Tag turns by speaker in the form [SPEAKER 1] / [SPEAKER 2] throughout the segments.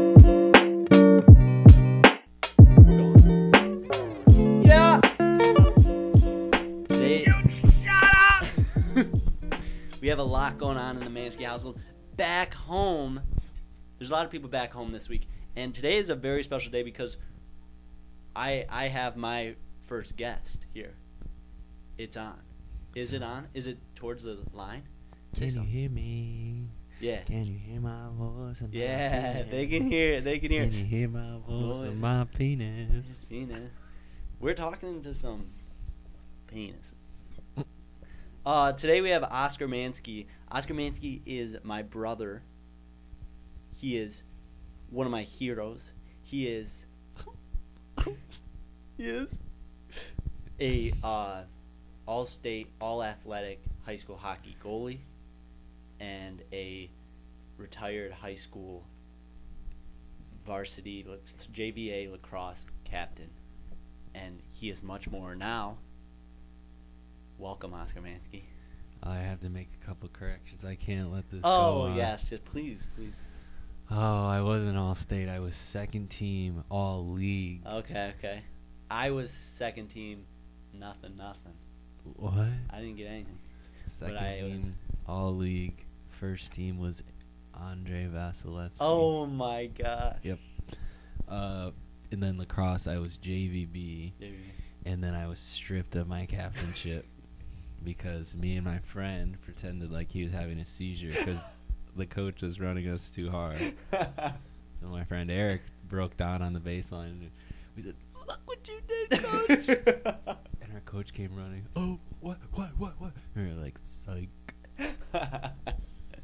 [SPEAKER 1] We have a lot going on in the Mansky household. Back home, there's a lot of people back home this week, and today is a very special day because I I have my first guest here. It's on. Is it on? Is it towards the line? Say
[SPEAKER 2] Can you
[SPEAKER 1] something.
[SPEAKER 2] hear me?
[SPEAKER 1] Yeah.
[SPEAKER 2] Can you hear my voice? and my
[SPEAKER 1] Yeah, they
[SPEAKER 2] penis?
[SPEAKER 1] can hear it. They can hear
[SPEAKER 2] Can you
[SPEAKER 1] it.
[SPEAKER 2] hear my voice
[SPEAKER 1] Voice.
[SPEAKER 2] and my penis?
[SPEAKER 1] Penis. We're talking to some penis. Uh, today we have Oscar Mansky. Oscar Mansky is my brother. He is one of my heroes. He is. he is a uh, all-state, all-athletic high school hockey goalie, and a retired high school varsity lac- JVA lacrosse captain, and he is much more now. Welcome, Oscar Mansky.
[SPEAKER 2] I have to make a couple corrections. I can't let this go uh,
[SPEAKER 1] Oh
[SPEAKER 2] on.
[SPEAKER 1] yes, yes, please, please.
[SPEAKER 2] Oh, I wasn't all state. I was second team all league.
[SPEAKER 1] Okay, okay. I was second team, nothing, nothing.
[SPEAKER 2] what?
[SPEAKER 1] I didn't get anything.
[SPEAKER 2] Second
[SPEAKER 1] I-
[SPEAKER 2] team all league. First team was Andre Vasilevsky.
[SPEAKER 1] Oh my god.
[SPEAKER 2] Uh, and then lacrosse, I was JVB. and then I was stripped of my captainship because me and my friend pretended like he was having a seizure because the coach was running us too hard. So my friend Eric broke down on the baseline. And we said, "Look what you did, coach!" and our coach came running. Oh, what, what, what, what? And we were like, "Psych!"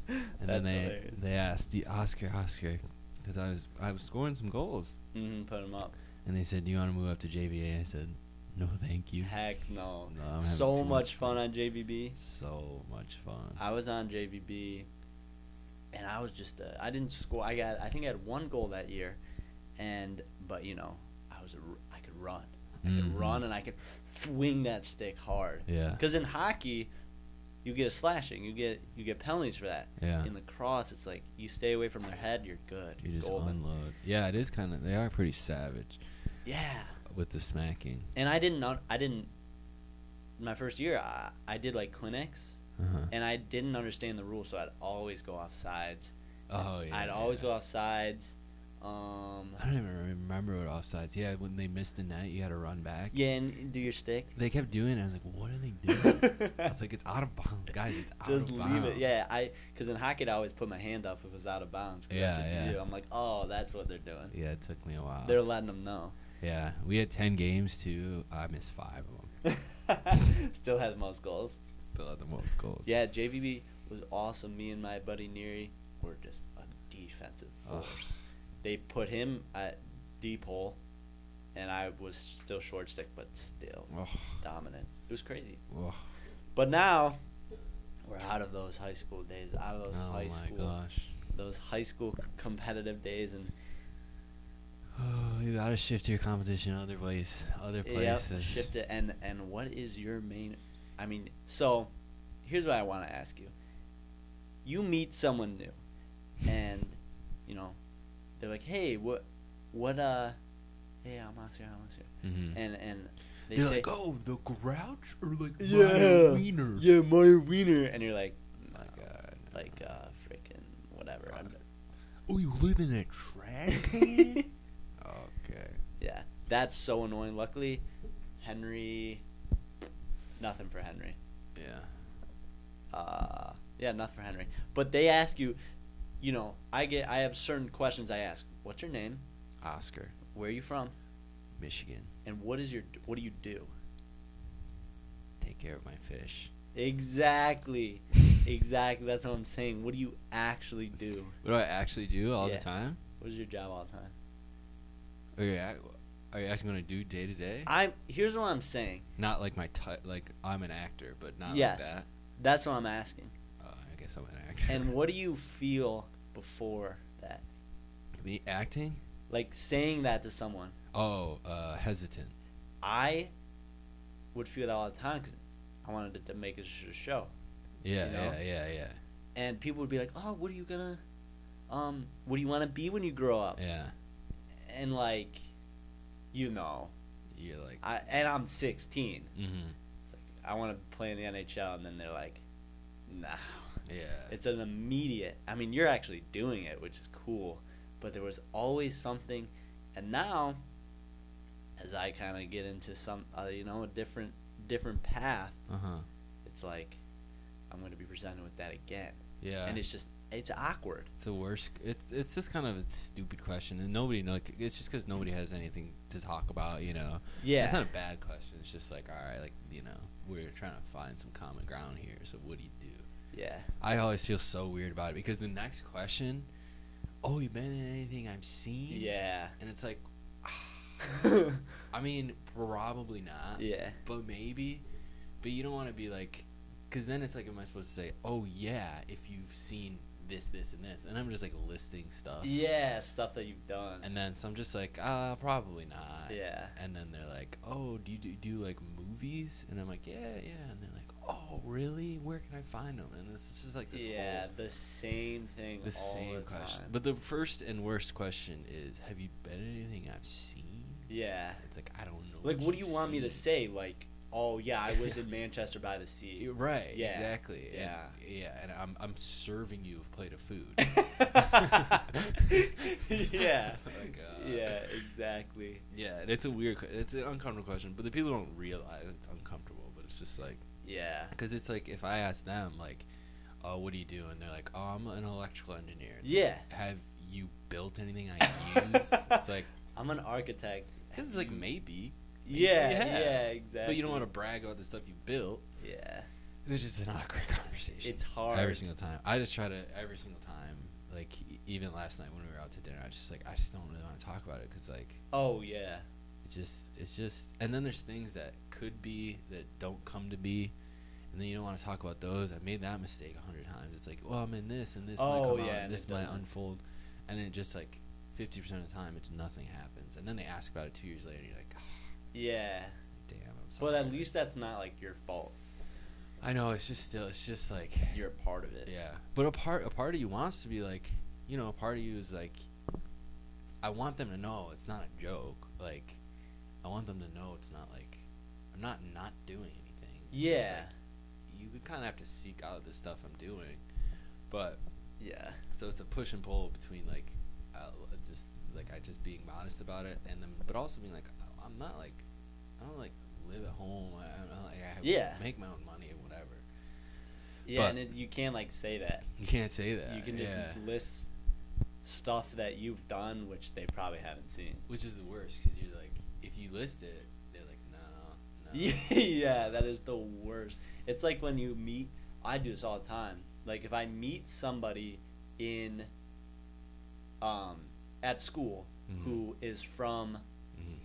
[SPEAKER 2] And
[SPEAKER 1] That's
[SPEAKER 2] then they
[SPEAKER 1] hilarious.
[SPEAKER 2] they asked "Do- Oscar, Oscar, because I was I was scoring some goals,
[SPEAKER 1] hmm put him up.
[SPEAKER 2] and they said, "Do you want to move up to JVA?" I said, "No, thank you."
[SPEAKER 1] Heck no.
[SPEAKER 2] No, I'm having
[SPEAKER 1] so
[SPEAKER 2] too
[SPEAKER 1] much fun on JVB.
[SPEAKER 2] So much fun.
[SPEAKER 1] I was on JVB, and I was just uh, I didn't score. I got I think I had one goal that year, and but you know I was a r- I could run, I could
[SPEAKER 2] Mhm.
[SPEAKER 1] run, and I could swing that stick hard.
[SPEAKER 2] Yeah.
[SPEAKER 1] Because in hockey, you get a slashing, you get you get penalties for that.
[SPEAKER 2] Yeah.
[SPEAKER 1] In the cross, it's like you stay away from their head, you're good.
[SPEAKER 2] You just
[SPEAKER 1] golden.
[SPEAKER 2] unload. Yeah, it is kind of. They are pretty savage
[SPEAKER 1] yeah.
[SPEAKER 2] with the smacking.
[SPEAKER 1] And I didn't un- I didn't. My first year, I, I did like clinics,
[SPEAKER 2] Uh-huh.
[SPEAKER 1] and I didn't understand the rules, so I'd always go off sides.
[SPEAKER 2] Oh yeah.
[SPEAKER 1] I'd always
[SPEAKER 2] yeah.
[SPEAKER 1] go off sides. Um,
[SPEAKER 2] I don't even remember what offsides. Yeah, when they missed the net, you had to run back.
[SPEAKER 1] yeah, and do your stick.
[SPEAKER 2] They kept doing it. I was like, what are they doing? I was
[SPEAKER 1] Just
[SPEAKER 2] like, it's out of bounds, guys. It's out of bounds.
[SPEAKER 1] leave it. Yeah, I because in hockey I always put my hand up if it was out of bounds. 'cause that's
[SPEAKER 2] Yeah,
[SPEAKER 1] what you
[SPEAKER 2] yeah.
[SPEAKER 1] do. I'm like, oh, that's what they're doing.
[SPEAKER 2] Yeah, it took me a while.
[SPEAKER 1] They're letting them know.
[SPEAKER 2] yeah, we had ten games too. I missed five of them.
[SPEAKER 1] Still has most goals.
[SPEAKER 2] Still had the most goals.
[SPEAKER 1] Yeah, JVB was awesome. Me and my buddy Neary were just a defensive
[SPEAKER 2] Ugh.
[SPEAKER 1] force. They put him at deep hole, and I was still short stick, but still
[SPEAKER 2] Ugh,
[SPEAKER 1] dominant. It was crazy.
[SPEAKER 2] ugh.
[SPEAKER 1] But now we're out of those high school days, out of those
[SPEAKER 2] oh
[SPEAKER 1] high
[SPEAKER 2] my
[SPEAKER 1] school,
[SPEAKER 2] gosh.
[SPEAKER 1] those high school c- competitive days, and
[SPEAKER 2] Oh, you gotta shift your competition other ways, other
[SPEAKER 1] yep,
[SPEAKER 2] places.
[SPEAKER 1] shift it. And and what is your main? I mean, so here's what I want to ask you. You meet someone new, and you know they're like, "Hey, what, what, uh, hey, I'm Oscar, I'm Oscar,"
[SPEAKER 2] Mhm.
[SPEAKER 1] and and they
[SPEAKER 2] They're
[SPEAKER 1] say,
[SPEAKER 2] like, oh, the Grouch or like
[SPEAKER 1] Yeah.
[SPEAKER 2] Ryan Wiener.
[SPEAKER 1] "Yeah, Meyer Wiener," and you're like,
[SPEAKER 2] My God.
[SPEAKER 1] like, uh, freaking whatever. I'm-
[SPEAKER 2] Oh, you live in a trash can? okay.
[SPEAKER 1] Yeah, that's so annoying. Luckily, Henry, nothing for Henry.
[SPEAKER 2] Yeah.
[SPEAKER 1] Uh, yeah, nothing for Henry. But they ask you, you know, I get, I have certain questions I ask. What's your name?
[SPEAKER 2] Oscar,
[SPEAKER 1] Where are you from?
[SPEAKER 2] Michigan.
[SPEAKER 1] And what is your, what do you do?
[SPEAKER 2] Take care of my fish.
[SPEAKER 1] Exactly, exactly. That's what I'm saying. What do you actually do?
[SPEAKER 2] What do I actually do all
[SPEAKER 1] Yeah.
[SPEAKER 2] the time?
[SPEAKER 1] What is your job all the time?
[SPEAKER 2] Are you, ac- are you asking what I do day to day?
[SPEAKER 1] I'm. Here's what I'm saying.
[SPEAKER 2] Not like my t- like I'm an actor, but not
[SPEAKER 1] Yes.
[SPEAKER 2] like that.
[SPEAKER 1] That's what I'm asking.
[SPEAKER 2] Oh, I guess I'm an actor.
[SPEAKER 1] And what do you feel before that?
[SPEAKER 2] me acting?
[SPEAKER 1] Like saying that to someone.
[SPEAKER 2] Oh, uh, hesitant.
[SPEAKER 1] I would feel that all the time 'cause I wanted to, to make a sh- show,
[SPEAKER 2] Yeah,
[SPEAKER 1] You know?
[SPEAKER 2] yeah, yeah, yeah,
[SPEAKER 1] and people would be like, "Oh, what are you gonna, um, what do you want to be when you grow up?"
[SPEAKER 2] yeah.
[SPEAKER 1] And like, you know,
[SPEAKER 2] You're like,
[SPEAKER 1] I and I'm 16.
[SPEAKER 2] mm-hmm.
[SPEAKER 1] I want to play in the NHL, and then they're like, "Nah,
[SPEAKER 2] Yeah.
[SPEAKER 1] It's an immediate. I mean, you're actually doing it, which is cool. But there was always something, and now, as I kind of get into some, uh, you know, a different different path,
[SPEAKER 2] Uh huh.
[SPEAKER 1] it's like I'm going to be presented with that again,
[SPEAKER 2] Yeah.
[SPEAKER 1] and it's just it's awkward.
[SPEAKER 2] It's the worst. It's it's just kind of a stupid question, and nobody know. It's just because nobody has anything to talk about, you know.
[SPEAKER 1] Yeah,
[SPEAKER 2] It's not a bad question. It's just like, all right, like you know, we're trying to find some common ground here. So what do you do?
[SPEAKER 1] yeah,
[SPEAKER 2] I always feel so weird about it because the next question, oh, you been in anything I've seen?
[SPEAKER 1] yeah,
[SPEAKER 2] And it's like, I mean, probably not.
[SPEAKER 1] yeah,
[SPEAKER 2] But maybe. But you don't want to be like, because then it's like, am I supposed to say, oh yeah, if you've seen this, this, and this? And I'm just like listing stuff.
[SPEAKER 1] yeah. Stuff that you've done.
[SPEAKER 2] And then so I'm just like, uh, probably not.
[SPEAKER 1] yeah,
[SPEAKER 2] And then they're like, oh, do you do, do you like movies? And I'm like, yeah, yeah. And they're like, oh, really? Where can I find them? And this, this is like this whole
[SPEAKER 1] yeah. The same thing.
[SPEAKER 2] the
[SPEAKER 1] all
[SPEAKER 2] same
[SPEAKER 1] the
[SPEAKER 2] question.
[SPEAKER 1] time.
[SPEAKER 2] But the first and worst question is, have you been in anything I've seen?
[SPEAKER 1] yeah.
[SPEAKER 2] It's like I don't know.
[SPEAKER 1] Like, what do you
[SPEAKER 2] you've
[SPEAKER 1] want me to
[SPEAKER 2] seen.
[SPEAKER 1] say? Like, oh yeah, I was in Manchester by the sea.
[SPEAKER 2] You're Eh, Right.
[SPEAKER 1] Yeah,
[SPEAKER 2] Exactly. and-
[SPEAKER 1] yeah.
[SPEAKER 2] yeah. And I'm I'm serving you a plate of food.
[SPEAKER 1] yeah.
[SPEAKER 2] Oh my God.
[SPEAKER 1] Yeah. Exactly.
[SPEAKER 2] Yeah. and It's a weird. que- It's an uncomfortable question, but the people don't realize it's uncomfortable. But it's just like
[SPEAKER 1] Yeah.
[SPEAKER 2] because it's like if I ask them like, oh, what do you do? And they're like, oh, I'm an electrical engineer. It's like,
[SPEAKER 1] Yeah.
[SPEAKER 2] have you built anything I use? it's like
[SPEAKER 1] I'm an architect.
[SPEAKER 2] because it's like maybe.
[SPEAKER 1] Yeah.
[SPEAKER 2] you have,
[SPEAKER 1] Yeah. Exactly.
[SPEAKER 2] But you don't want to brag about the stuff you built.
[SPEAKER 1] to. Yeah.
[SPEAKER 2] It's just an awkward conversation.
[SPEAKER 1] It's hard.
[SPEAKER 2] Every single time. I just try to, every single time, like, e- even last night when we were out to dinner, I just, like, I just don't really want to talk about it because, like,
[SPEAKER 1] Oh yeah.
[SPEAKER 2] it's just, it's just, and then there's things that could be that don't come to be. And then you don't want to talk about those. I made that mistake a hundred times. It's like, well, I'm in this, and this might
[SPEAKER 1] Oh,
[SPEAKER 2] come
[SPEAKER 1] yeah,
[SPEAKER 2] out,
[SPEAKER 1] and
[SPEAKER 2] and this
[SPEAKER 1] it
[SPEAKER 2] might
[SPEAKER 1] doesn't.
[SPEAKER 2] unfold, and it just like fifty percent of the time, it's nothing happens. And then they ask about it two years later, and you're like, "Ah,
[SPEAKER 1] Yeah.
[SPEAKER 2] damn, I'm sorry.
[SPEAKER 1] But at least that's not like your fault.
[SPEAKER 2] I know it's just still, it's just like
[SPEAKER 1] You're a part of it.
[SPEAKER 2] Yeah, but a part a part of you wants to be like, you know, a part of you is like, I want them to know it's not a joke. Like, I want them to know it's not like I'm not not doing anything. It's just,
[SPEAKER 1] Yeah.
[SPEAKER 2] like, you kind of have to seek out the stuff I'm doing, but
[SPEAKER 1] Yeah.
[SPEAKER 2] so it's a push and pull between like, uh, just like I just being honest about it, and then but also being like, I- I'm not like, I don't like live at home. I, I don't like I have,
[SPEAKER 1] Yeah.
[SPEAKER 2] make my own money or whatever.
[SPEAKER 1] Yeah.
[SPEAKER 2] But-
[SPEAKER 1] and it, you can't like say that.
[SPEAKER 2] You can't say that.
[SPEAKER 1] you can just
[SPEAKER 2] yeah.
[SPEAKER 1] list stuff that you've done which they probably haven't seen.
[SPEAKER 2] Which is the worst because you're like, if you list it, they're like, no, no.
[SPEAKER 1] yeah, that is the worst. It's like when you meet. I do this all the time. Like if I meet somebody in, um, at school
[SPEAKER 2] Mhm.
[SPEAKER 1] who is from
[SPEAKER 2] Mhm.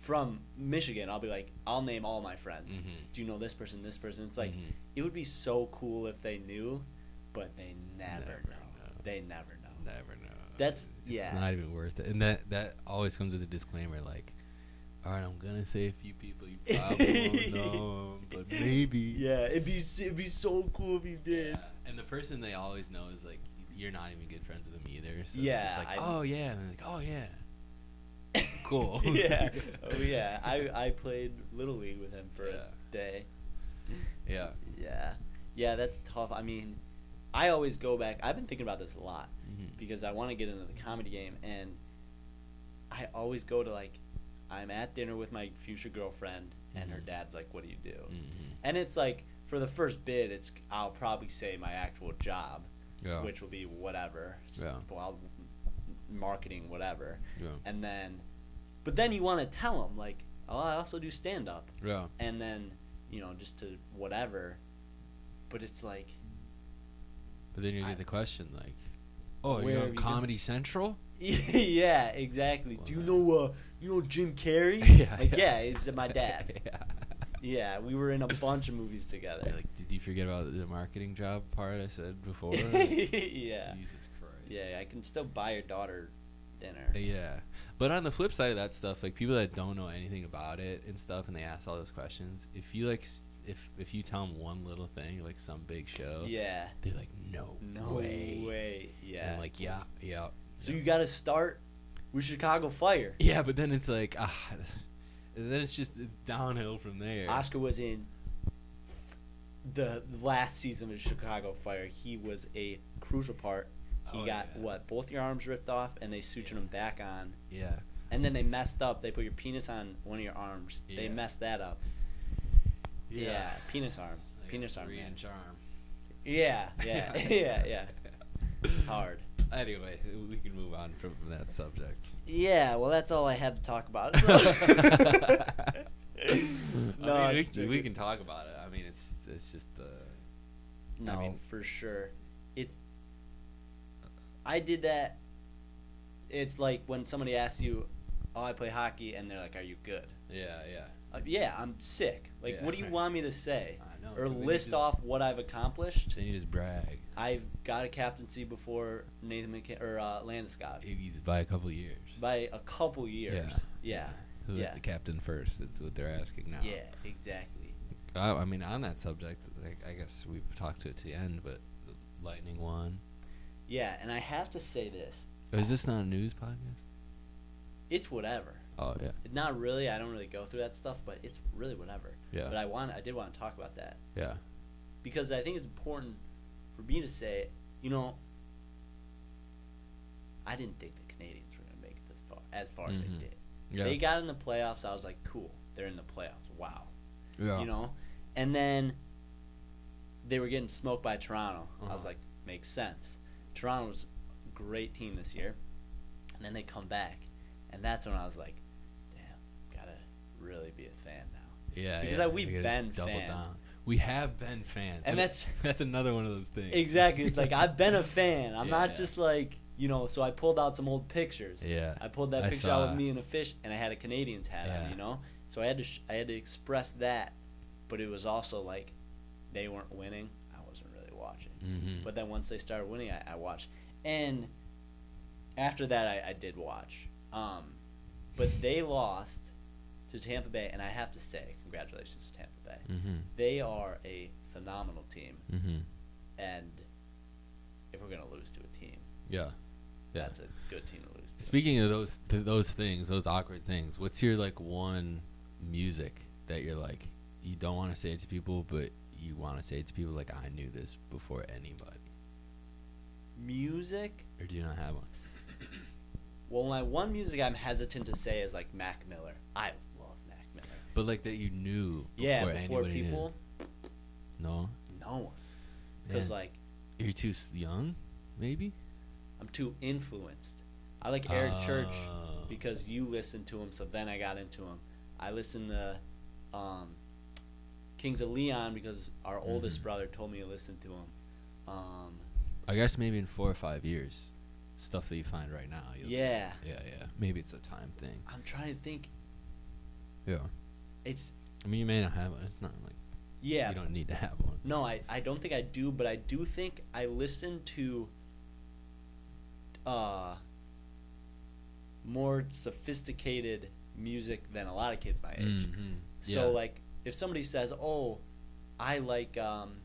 [SPEAKER 1] from Michigan, I'll be like, I'll name all my friends.
[SPEAKER 2] Mhm.
[SPEAKER 1] Do you know this person? This person. It's like
[SPEAKER 2] Mhm.
[SPEAKER 1] it would be so cool if they knew, but they never,
[SPEAKER 2] Never
[SPEAKER 1] know.
[SPEAKER 2] know.
[SPEAKER 1] They never know.
[SPEAKER 2] Never know.
[SPEAKER 1] That's-
[SPEAKER 2] It's
[SPEAKER 1] yeah.
[SPEAKER 2] Not even worth it. And that that always comes with a disclaimer, like, all right, I'm gonna say a few people you probably won't know, 'em, but maybe.
[SPEAKER 1] Yeah, it'd be it'd be so cool if you did.
[SPEAKER 2] Yeah. And the person they always know is like, you're not even good friends with them either. So
[SPEAKER 1] Yeah,
[SPEAKER 2] it's just like,
[SPEAKER 1] I-
[SPEAKER 2] oh yeah, and they're like, oh yeah. Cool.
[SPEAKER 1] yeah. Oh yeah. I I played little league with him for
[SPEAKER 2] Yeah.
[SPEAKER 1] a day.
[SPEAKER 2] yeah.
[SPEAKER 1] Yeah. Yeah, that's tough. I mean, I always go back. I've been thinking about this a lot
[SPEAKER 2] Mhm.
[SPEAKER 1] because I want to get into the comedy game and I always go to like I'm at dinner with my future girlfriend and her
[SPEAKER 2] Mhm.
[SPEAKER 1] dad's like, "What do you do?"
[SPEAKER 2] Mhm.
[SPEAKER 1] And it's like for the first bit, it's I'll probably say my actual job,
[SPEAKER 2] Yeah.
[SPEAKER 1] which will be whatever.
[SPEAKER 2] Yeah.
[SPEAKER 1] Well, marketing whatever.
[SPEAKER 2] Yeah.
[SPEAKER 1] and then but then you want to tell them like oh i also do stand up
[SPEAKER 2] Yeah.
[SPEAKER 1] and then you know just to whatever but it's like
[SPEAKER 2] But then you
[SPEAKER 1] I-
[SPEAKER 2] get the question like, "Oh,
[SPEAKER 1] Where
[SPEAKER 2] you're
[SPEAKER 1] have
[SPEAKER 2] on
[SPEAKER 1] you been?"
[SPEAKER 2] Comedy Central?"
[SPEAKER 1] yeah exactly do you
[SPEAKER 2] Well,
[SPEAKER 1] know uh you know jim carrey
[SPEAKER 2] Yeah,
[SPEAKER 1] like yeah
[SPEAKER 2] yeah.
[SPEAKER 1] he's my dad
[SPEAKER 2] yeah.
[SPEAKER 1] yeah we were in a bunch of movies together
[SPEAKER 2] You're like, did you forget about the marketing job part I said before? Like,
[SPEAKER 1] yeah
[SPEAKER 2] Jesus Christ.
[SPEAKER 1] yeah i can still buy your daughter dinner
[SPEAKER 2] Yeah. But on the flip side of that stuff, like people that don't know anything about it and stuff, and they ask all those questions, if you like, s- if if you tell them one little thing, like some big show,
[SPEAKER 1] yeah
[SPEAKER 2] they're like, "No,
[SPEAKER 1] no way,
[SPEAKER 2] way." And
[SPEAKER 1] yeah
[SPEAKER 2] I'm like, "Yeah, yeah."
[SPEAKER 1] so
[SPEAKER 2] yeah.
[SPEAKER 1] you gotta start with chicago fire
[SPEAKER 2] Yeah, but then it's like, ah, and then it's just downhill from there.
[SPEAKER 1] oscar was in the last season of Chicago Fire, he was a crucial part. He
[SPEAKER 2] Oh,
[SPEAKER 1] got
[SPEAKER 2] yeah.
[SPEAKER 1] what both your arms ripped off, and they sutured
[SPEAKER 2] Yeah.
[SPEAKER 1] him back on.
[SPEAKER 2] Yeah.
[SPEAKER 1] And then they messed up. They put your penis on one of your arms. They
[SPEAKER 2] Yeah.
[SPEAKER 1] messed that up. Yeah, penis arm,
[SPEAKER 2] Like
[SPEAKER 1] penis
[SPEAKER 2] a
[SPEAKER 1] arm.
[SPEAKER 2] Three
[SPEAKER 1] man.
[SPEAKER 2] inch arm.
[SPEAKER 1] Yeah, yeah, yeah, yeah. It's hard.
[SPEAKER 2] Anyway, we can move on from that subject.
[SPEAKER 1] Yeah, well, that's all I had to talk about. No,
[SPEAKER 2] I
[SPEAKER 1] I'm
[SPEAKER 2] mean, we, we
[SPEAKER 1] joking.
[SPEAKER 2] can talk about it. I mean, it's it's just uh, the
[SPEAKER 1] No,
[SPEAKER 2] mean-
[SPEAKER 1] for sure. It's. I did that. It's like when somebody asks you, "Oh, I play hockey," and they're like, "Are you good?"
[SPEAKER 2] yeah, yeah.
[SPEAKER 1] Uh, yeah, I'm sick. Like,
[SPEAKER 2] Yeah,
[SPEAKER 1] what do you
[SPEAKER 2] right.
[SPEAKER 1] want me to say?
[SPEAKER 2] I know.
[SPEAKER 1] Or
[SPEAKER 2] but then you
[SPEAKER 1] list
[SPEAKER 2] just-
[SPEAKER 1] off what I've accomplished.
[SPEAKER 2] Then you just brag.
[SPEAKER 1] I've got a captaincy before Nathan McKin- or uh, Landeskog
[SPEAKER 2] Iggy's by a couple years.
[SPEAKER 1] by a couple years. Yeah.
[SPEAKER 2] Who hit
[SPEAKER 1] yeah.
[SPEAKER 2] the captain first? That's what they're asking now.
[SPEAKER 1] Yeah. exactly.
[SPEAKER 2] I, I mean, on that subject, like, I guess we've talked to it to the end, but Lightning won.
[SPEAKER 1] Yeah, and I have to say this.
[SPEAKER 2] Or is this not a news podcast?
[SPEAKER 1] It's whatever.
[SPEAKER 2] Oh yeah,
[SPEAKER 1] Not really. I don't really go through that stuff, but it's really whatever.
[SPEAKER 2] yeah,
[SPEAKER 1] But I want. I did want to talk about that.
[SPEAKER 2] yeah.
[SPEAKER 1] because I think it's important for me to say, you know, I didn't think the Canadians were going to make it this far, as far as
[SPEAKER 2] Mhm.
[SPEAKER 1] they did.
[SPEAKER 2] Yeah.
[SPEAKER 1] They got in the playoffs. I was like, cool, they're in the playoffs. Wow,
[SPEAKER 2] yeah.
[SPEAKER 1] you know. And then they were getting smoked by Toronto. I was
[SPEAKER 2] Uh-huh.
[SPEAKER 1] like, makes sense. Toronto's a great team this year, and then they come back, and that's when I was like, damn, gotta really be a fan now.
[SPEAKER 2] yeah.
[SPEAKER 1] because,
[SPEAKER 2] yeah.
[SPEAKER 1] like, we've
[SPEAKER 2] They gotta
[SPEAKER 1] been
[SPEAKER 2] double
[SPEAKER 1] fans.
[SPEAKER 2] down. We have been fans,
[SPEAKER 1] And
[SPEAKER 2] That-
[SPEAKER 1] that's-
[SPEAKER 2] that's another one of those things.
[SPEAKER 1] Exactly. It's like I've been a fan. I'm
[SPEAKER 2] Yeah.
[SPEAKER 1] not just like you know. So I pulled out some old pictures.
[SPEAKER 2] Yeah.
[SPEAKER 1] I pulled that
[SPEAKER 2] I
[SPEAKER 1] picture
[SPEAKER 2] saw
[SPEAKER 1] out with
[SPEAKER 2] that.
[SPEAKER 1] me and a fish, and I had a Canadian's hat
[SPEAKER 2] Yeah.
[SPEAKER 1] on. You know, so I had to sh- I had to express that, but it was also like they weren't winning. I wasn't really watching.
[SPEAKER 2] Mm-hmm.
[SPEAKER 1] But then once they started winning, I, I watched, and after that, I, I did watch. Um, but they lost to Tampa Bay, and I have to say, congratulations to Tampa Bay.
[SPEAKER 2] Mm-hmm.
[SPEAKER 1] They are a phenomenal team
[SPEAKER 2] Mm-hmm.
[SPEAKER 1] and if we're gonna lose to a team,
[SPEAKER 2] Yeah. Yeah.
[SPEAKER 1] that's a good team to lose to.
[SPEAKER 2] Speaking of those th- those things, those awkward things, what's your like one music that you're like you don't want to say it to people, but you want to say it to people? Like I knew this before anybody,
[SPEAKER 1] music.
[SPEAKER 2] or do you not have one?
[SPEAKER 1] Well, my one music I'm hesitant to say is like Mac Miller. I love Mac Miller.
[SPEAKER 2] But like that you knew before
[SPEAKER 1] yeah, before
[SPEAKER 2] anybody knew.
[SPEAKER 1] people,
[SPEAKER 2] No,
[SPEAKER 1] no one, because
[SPEAKER 2] Man.
[SPEAKER 1] like
[SPEAKER 2] you're too s- young, maybe.
[SPEAKER 1] I'm too influenced. I like Eric Church
[SPEAKER 2] Oh.
[SPEAKER 1] because you listened to him, so then I got into him. I listened to um, Kings of Leon because our
[SPEAKER 2] Mm-hmm.
[SPEAKER 1] oldest brother told me to listen to him. Um,
[SPEAKER 2] I guess maybe in four or five years, stuff that you find right now. you'll-
[SPEAKER 1] yeah,
[SPEAKER 2] Yeah, yeah. Maybe it's a time thing.
[SPEAKER 1] I'm trying to think.
[SPEAKER 2] Yeah.
[SPEAKER 1] It's
[SPEAKER 2] I mean, you may not have one. It's not like
[SPEAKER 1] yeah,
[SPEAKER 2] you don't need to have one.
[SPEAKER 1] No, I, I don't think I do, but I do think I listen to uh, more sophisticated music than a lot of kids my age.
[SPEAKER 2] Mhm.
[SPEAKER 1] Mm-hmm. So,
[SPEAKER 2] Yeah.
[SPEAKER 1] like, if somebody says, oh, I like, um,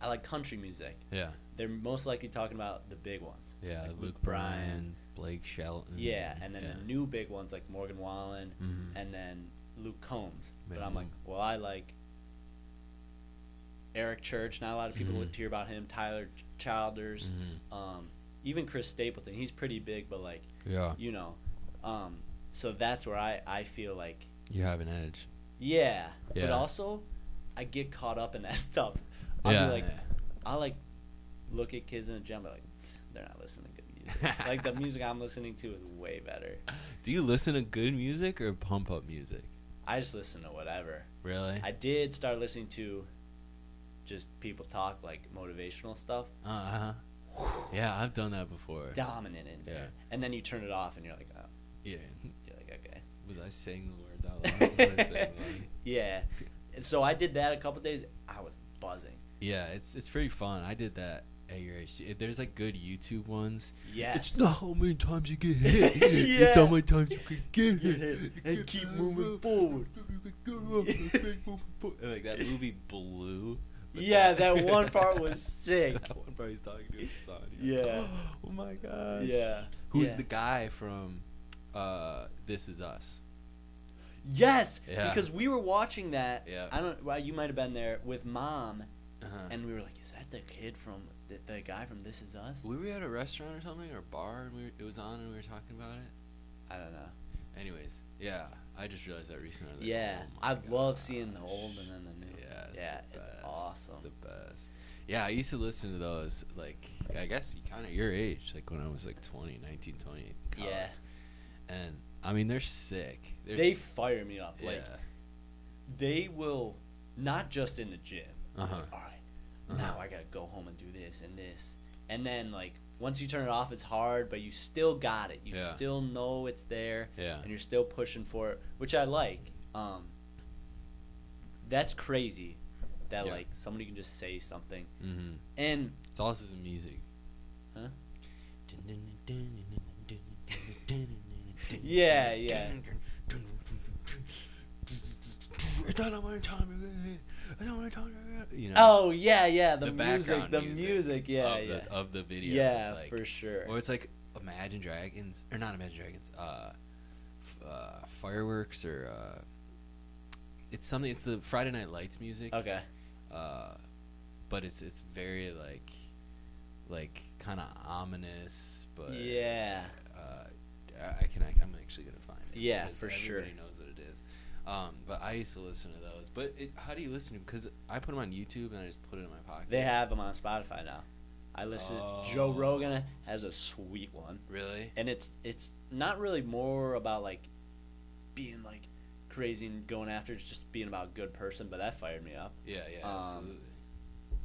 [SPEAKER 1] I like country music,
[SPEAKER 2] yeah.
[SPEAKER 1] they're most likely talking about the big ones.
[SPEAKER 2] Yeah,
[SPEAKER 1] like
[SPEAKER 2] Luke, Bryan, Blake Shelton.
[SPEAKER 1] Yeah, and then the new big ones like Morgan Wallen
[SPEAKER 2] Mhm.
[SPEAKER 1] and then Luke Combs. But
[SPEAKER 2] Mhm.
[SPEAKER 1] I'm like, well, I like Eric Church. Not a lot of
[SPEAKER 2] Mm-hmm.
[SPEAKER 1] people would hear about him. Tyler Ch- Childers,
[SPEAKER 2] Mhm.
[SPEAKER 1] um, even Chris Stapleton. He's pretty big, but like
[SPEAKER 2] Yeah,
[SPEAKER 1] you know, um, so that's where I I feel like
[SPEAKER 2] you have an edge.
[SPEAKER 1] yeah. But
[SPEAKER 2] Yeah.
[SPEAKER 1] also, I get caught up in that stuff. I'll
[SPEAKER 2] Yeah,
[SPEAKER 1] be like,
[SPEAKER 2] yeah.
[SPEAKER 1] I like look at kids in a gym, but like they're not listening to good music. like the music I'm listening to is way better.
[SPEAKER 2] Do you listen to good music or pump up music?
[SPEAKER 1] I just listen to whatever.
[SPEAKER 2] Really?
[SPEAKER 1] I did start listening to just people talk like motivational stuff,
[SPEAKER 2] Uh huh. Yeah, I've done that before.
[SPEAKER 1] dominant in there. And then you turn it off and you're like, oh,
[SPEAKER 2] Yeah.
[SPEAKER 1] you're like okay.
[SPEAKER 2] Was I saying the words out loud? Was I saying them?
[SPEAKER 1] Yeah. And so I did that a couple days. I was buzzing.
[SPEAKER 2] yeah, it's it's pretty fun. I did that at your age. too. There's like good YouTube ones.
[SPEAKER 1] Yes.
[SPEAKER 2] It's not how many times you get hit. It's
[SPEAKER 1] Yeah.
[SPEAKER 2] how many times you can get
[SPEAKER 1] Get
[SPEAKER 2] hit.
[SPEAKER 1] hit and keep moving forward.
[SPEAKER 2] And, like that movie Blue. with
[SPEAKER 1] yeah, that one part was sick.
[SPEAKER 2] that one part he's talking to his son. He's like,
[SPEAKER 1] Yeah.
[SPEAKER 2] oh my gosh.
[SPEAKER 1] Yeah.
[SPEAKER 2] Who's
[SPEAKER 1] Yeah.
[SPEAKER 2] the guy from uh, This Is Us?
[SPEAKER 1] Yes,
[SPEAKER 2] Yeah.
[SPEAKER 1] because we were watching that.
[SPEAKER 2] Yeah.
[SPEAKER 1] I don't. Well, you might have been there with mom,
[SPEAKER 2] Uh-huh.
[SPEAKER 1] and we were like, "Is that the kid from the, the guy from This Is Us?"
[SPEAKER 2] we were at a restaurant or something or a bar, and we were, it was on, and we were talking about it.
[SPEAKER 1] I don't know.
[SPEAKER 2] Anyways, yeah, I just realized that recently. I was like,
[SPEAKER 1] yeah,
[SPEAKER 2] oh
[SPEAKER 1] I
[SPEAKER 2] my
[SPEAKER 1] love seeing the
[SPEAKER 2] gosh.
[SPEAKER 1] old and then the new.
[SPEAKER 2] Yeah, it's
[SPEAKER 1] yeah,
[SPEAKER 2] the
[SPEAKER 1] it's
[SPEAKER 2] best,
[SPEAKER 1] awesome.
[SPEAKER 2] the best. Yeah, I used to listen to those, like, I guess kind of your age, like when I was like 20, 19, 20. college.
[SPEAKER 1] yeah,
[SPEAKER 2] And, I mean, they're sick. They're
[SPEAKER 1] they
[SPEAKER 2] s-
[SPEAKER 1] fire me up. Like
[SPEAKER 2] yeah.
[SPEAKER 1] they will, not just in the gym.
[SPEAKER 2] Uh-huh.
[SPEAKER 1] Like, All right,
[SPEAKER 2] Uh-huh.
[SPEAKER 1] now I gotta go home and do this and this, and then like once you turn it off, it's hard, but you still got it. You
[SPEAKER 2] Yeah.
[SPEAKER 1] still know it's there.
[SPEAKER 2] Yeah.
[SPEAKER 1] and you're still pushing for it, which I like. Um, that's crazy that
[SPEAKER 2] Yeah.
[SPEAKER 1] like somebody can just say something.
[SPEAKER 2] Mm-hmm.
[SPEAKER 1] And
[SPEAKER 2] It's also the music.
[SPEAKER 1] Huh? Yeah,
[SPEAKER 2] Yeah,
[SPEAKER 1] yeah.
[SPEAKER 2] I don't want to talk about it. I don't want to talk about it. You know,
[SPEAKER 1] oh yeah, yeah, the, music,
[SPEAKER 2] background
[SPEAKER 1] the music, yeah,
[SPEAKER 2] of
[SPEAKER 1] yeah,
[SPEAKER 2] the, of the video.
[SPEAKER 1] yeah,
[SPEAKER 2] it's like,
[SPEAKER 1] for sure.
[SPEAKER 2] Or it's like Imagine Dragons, or not Imagine Dragons, uh, f- uh, fireworks, or uh, it's something. It's the Friday Night Lights music.
[SPEAKER 1] okay,
[SPEAKER 2] Uh, but it's it's very like, like kind of ominous, but
[SPEAKER 1] yeah,
[SPEAKER 2] uh, I I can. I, I'm actually gonna find it.
[SPEAKER 1] Yeah,
[SPEAKER 2] because
[SPEAKER 1] for sure.
[SPEAKER 2] Everybody knows what it is. Um, but I used to listen to those. But it, how do you listen to them? Because I put them on YouTube and I just put it in my pocket.
[SPEAKER 1] they have them on Spotify now. I listen. Joe
[SPEAKER 2] Oh.
[SPEAKER 1] Rogan has a sweet one.
[SPEAKER 2] really.
[SPEAKER 1] and it's it's not really more about like being like crazy and going after it's just being about a good person but that fired me up
[SPEAKER 2] Yeah, yeah,
[SPEAKER 1] Um,
[SPEAKER 2] absolutely.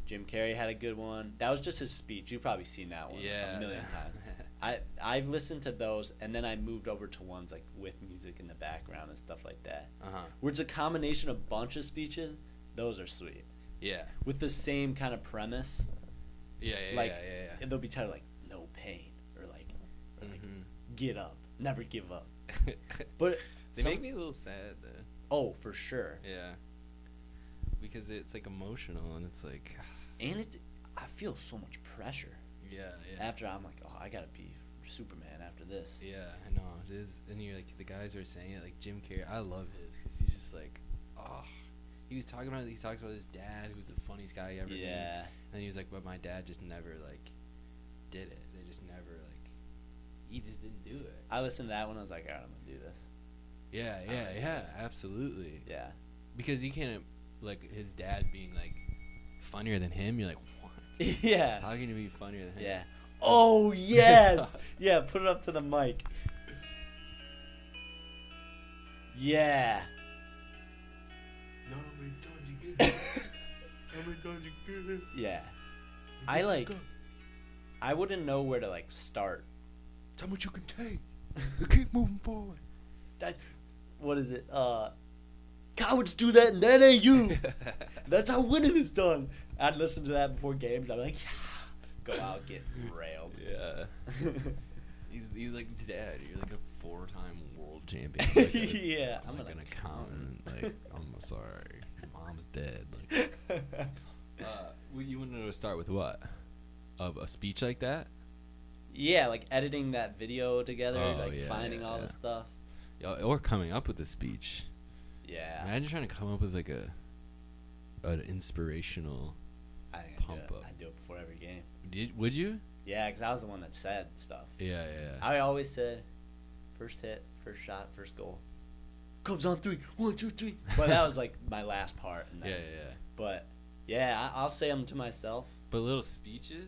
[SPEAKER 1] jim carrey had a good one that was just his speech you've probably seen that one
[SPEAKER 2] yeah,
[SPEAKER 1] a million times i i've listened to those and then i moved over to ones like with music in the background and stuff like that
[SPEAKER 2] uh huh.
[SPEAKER 1] where it's a combination of bunch of speeches those are sweet
[SPEAKER 2] Yeah,
[SPEAKER 1] with the same kind of premise
[SPEAKER 2] yeah, yeah,
[SPEAKER 1] Like,
[SPEAKER 2] yeah, yeah. yeah.
[SPEAKER 1] and they'll be titled like no pain or like or like
[SPEAKER 2] Mhm.
[SPEAKER 1] get up never give up
[SPEAKER 2] mm-hmm.
[SPEAKER 1] but
[SPEAKER 2] they
[SPEAKER 1] some-
[SPEAKER 2] make me a little sad though.
[SPEAKER 1] oh for sure
[SPEAKER 2] Yeah, because it's like emotional and it's like,
[SPEAKER 1] and it i feel so much pressure
[SPEAKER 2] yeah, yeah,
[SPEAKER 1] after i'm like oh i gotta be superman after this
[SPEAKER 2] yeah. I know it is. And you're like the guys who are saying it, like Jim Carrey. I love his because he's just like, oh, he was talking about he talks about his dad who's the funniest guy he ever knew.
[SPEAKER 1] yeah
[SPEAKER 2] And he was like, but my dad just never like did it. They just never like, he just didn't do it.
[SPEAKER 1] i listened to that one i was like all right i'm gonna do this
[SPEAKER 2] Yeah,
[SPEAKER 1] I
[SPEAKER 2] yeah,
[SPEAKER 1] like
[SPEAKER 2] yeah,
[SPEAKER 1] this.
[SPEAKER 2] absolutely.
[SPEAKER 1] yeah
[SPEAKER 2] Because you can't like his dad being like funnier than him. You're like, what?
[SPEAKER 1] yeah
[SPEAKER 2] How can you be funnier than him?
[SPEAKER 1] yeah oh yes yeah put it up to the mic yeah
[SPEAKER 3] Not how many times you get it. How many times you get it.
[SPEAKER 1] yeah i like i wouldn't know where to like start
[SPEAKER 3] It's how much you can take. You keep moving forward.
[SPEAKER 1] that what is it uh cowards do that and that ain't you That's how winning is done. I'd listen to that before games. I'd be like, yeah. Go out, get railed.
[SPEAKER 2] yeah. He's he's like dad. You're like a four-time world champion. Like,
[SPEAKER 1] yeah,
[SPEAKER 2] I'm,
[SPEAKER 1] I'm
[SPEAKER 2] not
[SPEAKER 1] gonna.
[SPEAKER 2] gonna count. and, Like I'm sorry, mom's dead. Like, uh, well, you wanted to start with what? Of a speech like that?
[SPEAKER 1] yeah, like editing that video together,
[SPEAKER 2] Oh,
[SPEAKER 1] like
[SPEAKER 2] yeah,
[SPEAKER 1] finding
[SPEAKER 2] yeah,
[SPEAKER 1] all
[SPEAKER 2] yeah.
[SPEAKER 1] the stuff.
[SPEAKER 2] Yeah, Or coming up with a speech?
[SPEAKER 1] Yeah,
[SPEAKER 2] Imagine trying to come up with like a an inspirational.
[SPEAKER 1] I think
[SPEAKER 2] pump
[SPEAKER 1] I do it.
[SPEAKER 2] up.
[SPEAKER 1] I do it before every game.
[SPEAKER 2] Did, would you?
[SPEAKER 1] Yeah, because I was the one that said stuff.
[SPEAKER 2] Yeah, yeah.
[SPEAKER 1] I always said, first hit, first shot, first goal.
[SPEAKER 3] Cubs on three. One, two, three.
[SPEAKER 1] But that was like my last part. And
[SPEAKER 2] yeah,
[SPEAKER 1] then-
[SPEAKER 2] yeah, yeah.
[SPEAKER 1] But yeah, I, I'll say them to myself.
[SPEAKER 2] But little speeches.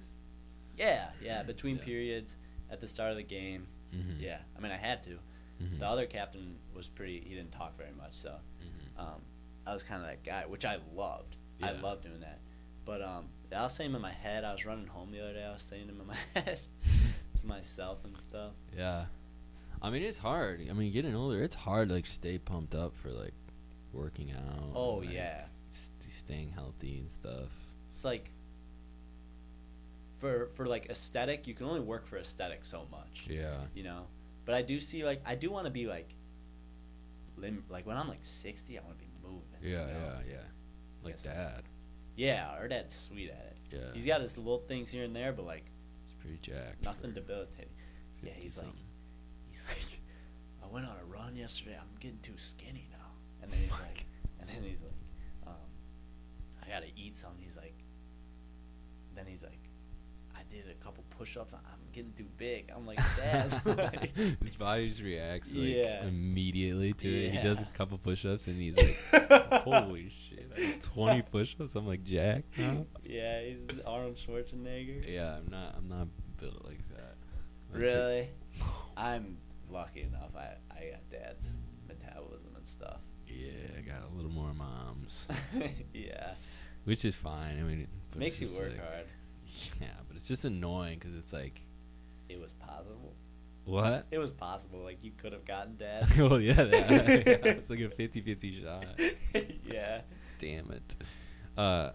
[SPEAKER 1] Yeah, yeah. Between
[SPEAKER 2] Yeah.
[SPEAKER 1] periods, at the start of the game.
[SPEAKER 2] Mm-hmm.
[SPEAKER 1] Yeah, I mean I had to.
[SPEAKER 2] Mm-hmm. mm-hmm.
[SPEAKER 1] The other captain was pretty. He didn't talk very much, so um, I was kind of that guy, which I loved. I
[SPEAKER 2] Yeah.
[SPEAKER 1] loved doing that. But um, I was saying him in my head. I was running home the other day. I was saying him in my head to myself and stuff.
[SPEAKER 2] Yeah. I mean, it's hard. I mean, getting older, it's hard. to, Like, stay pumped up for like working out.
[SPEAKER 1] Oh
[SPEAKER 2] like,
[SPEAKER 1] yeah,
[SPEAKER 2] st- staying healthy and stuff.
[SPEAKER 1] it's like for for like aesthetic. You can only work for aesthetic so much.
[SPEAKER 2] Yeah.
[SPEAKER 1] you know. But I do see like I do want to be like lim- like when I'm like 60, I want to be moving. you know?
[SPEAKER 2] Yeah, yeah, yeah. Like
[SPEAKER 1] Yes.
[SPEAKER 2] dad.
[SPEAKER 1] yeah. Our dad's sweet at it.
[SPEAKER 2] Yeah.
[SPEAKER 1] He's got his little things here and there, but like
[SPEAKER 2] It's pretty jacked.
[SPEAKER 1] nothing
[SPEAKER 2] for
[SPEAKER 1] debilitating. Yeah,
[SPEAKER 2] 50
[SPEAKER 1] he's like,
[SPEAKER 2] something.
[SPEAKER 1] he's like, I went on a run yesterday. I'm getting too skinny now. And then he's like, and then he's like, um, I gotta eat something. He's like, then he's like, I did a couple push-ups. I'm getting too big. I'm like, Dad, like,
[SPEAKER 2] His body just reacts like
[SPEAKER 1] Yeah.
[SPEAKER 2] immediately to it. He
[SPEAKER 1] Yeah.
[SPEAKER 2] does a couple push-ups and he's like, "Holy shit, I did 20 push-ups." I'm like, "Jack, huh?"
[SPEAKER 1] yeah, he's Arnold Schwarzenegger.
[SPEAKER 2] yeah, I'm not. I'm not built like that. I took-
[SPEAKER 1] Really? I'm lucky enough. I I got Dad's metabolism and stuff.
[SPEAKER 2] Yeah, I got a little more moms,
[SPEAKER 1] yeah,
[SPEAKER 2] which is fine. I mean, but
[SPEAKER 1] makes
[SPEAKER 2] it's
[SPEAKER 1] you
[SPEAKER 2] just,
[SPEAKER 1] work
[SPEAKER 2] like-
[SPEAKER 1] hard.
[SPEAKER 2] Yeah, but it's just annoying because it's like,
[SPEAKER 1] It was possible.
[SPEAKER 2] what?
[SPEAKER 1] It was possible. Like you could have gotten Dad.
[SPEAKER 2] well, yeah, that, it's like a 50-50 shot.
[SPEAKER 1] yeah.
[SPEAKER 2] Damn it. Uh,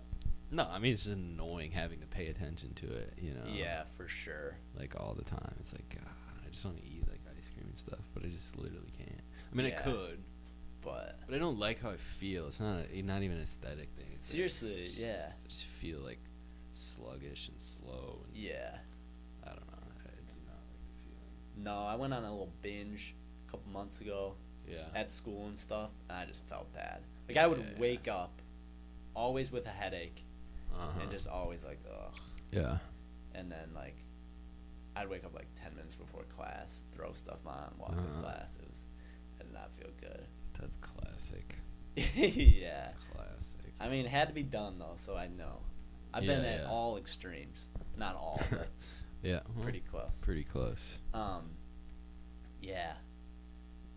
[SPEAKER 2] no, I mean it's just annoying having to pay attention to it. You know.
[SPEAKER 1] Yeah, for sure.
[SPEAKER 2] like all the time. It's like God, I just want to eat like ice cream and stuff, but I just literally can't. I mean, I
[SPEAKER 1] Yeah.
[SPEAKER 2] could,
[SPEAKER 1] But
[SPEAKER 2] but I don't like how I feel. It's not a, not even an aesthetic thing. It's like,
[SPEAKER 1] seriously,
[SPEAKER 2] just-
[SPEAKER 1] yeah,
[SPEAKER 2] I just feel like sluggish and slow, and
[SPEAKER 1] yeah.
[SPEAKER 2] I don't know. I do not like
[SPEAKER 1] No, I went on a little binge a couple months ago
[SPEAKER 2] the feeling. Yeah.
[SPEAKER 1] at school and stuff, and I just felt bad. Like I would
[SPEAKER 2] Oh. Yeah.
[SPEAKER 1] wake up always with a headache
[SPEAKER 2] uh
[SPEAKER 1] and just always like ugh,
[SPEAKER 2] yeah.
[SPEAKER 1] and then like I'd wake up like ten minutes before class, throw stuff on, walk
[SPEAKER 2] Uh-huh.
[SPEAKER 1] to class. It was, I did not feel
[SPEAKER 2] That's classic.
[SPEAKER 1] good. yeah,
[SPEAKER 2] Classic.
[SPEAKER 1] I mean, it had to be done though, so I know. I've been
[SPEAKER 2] Yeah,
[SPEAKER 1] at
[SPEAKER 2] yeah.
[SPEAKER 1] all extremes, not all, but
[SPEAKER 2] Yeah. well,
[SPEAKER 1] pretty close.
[SPEAKER 2] Pretty close.
[SPEAKER 1] Um, yeah,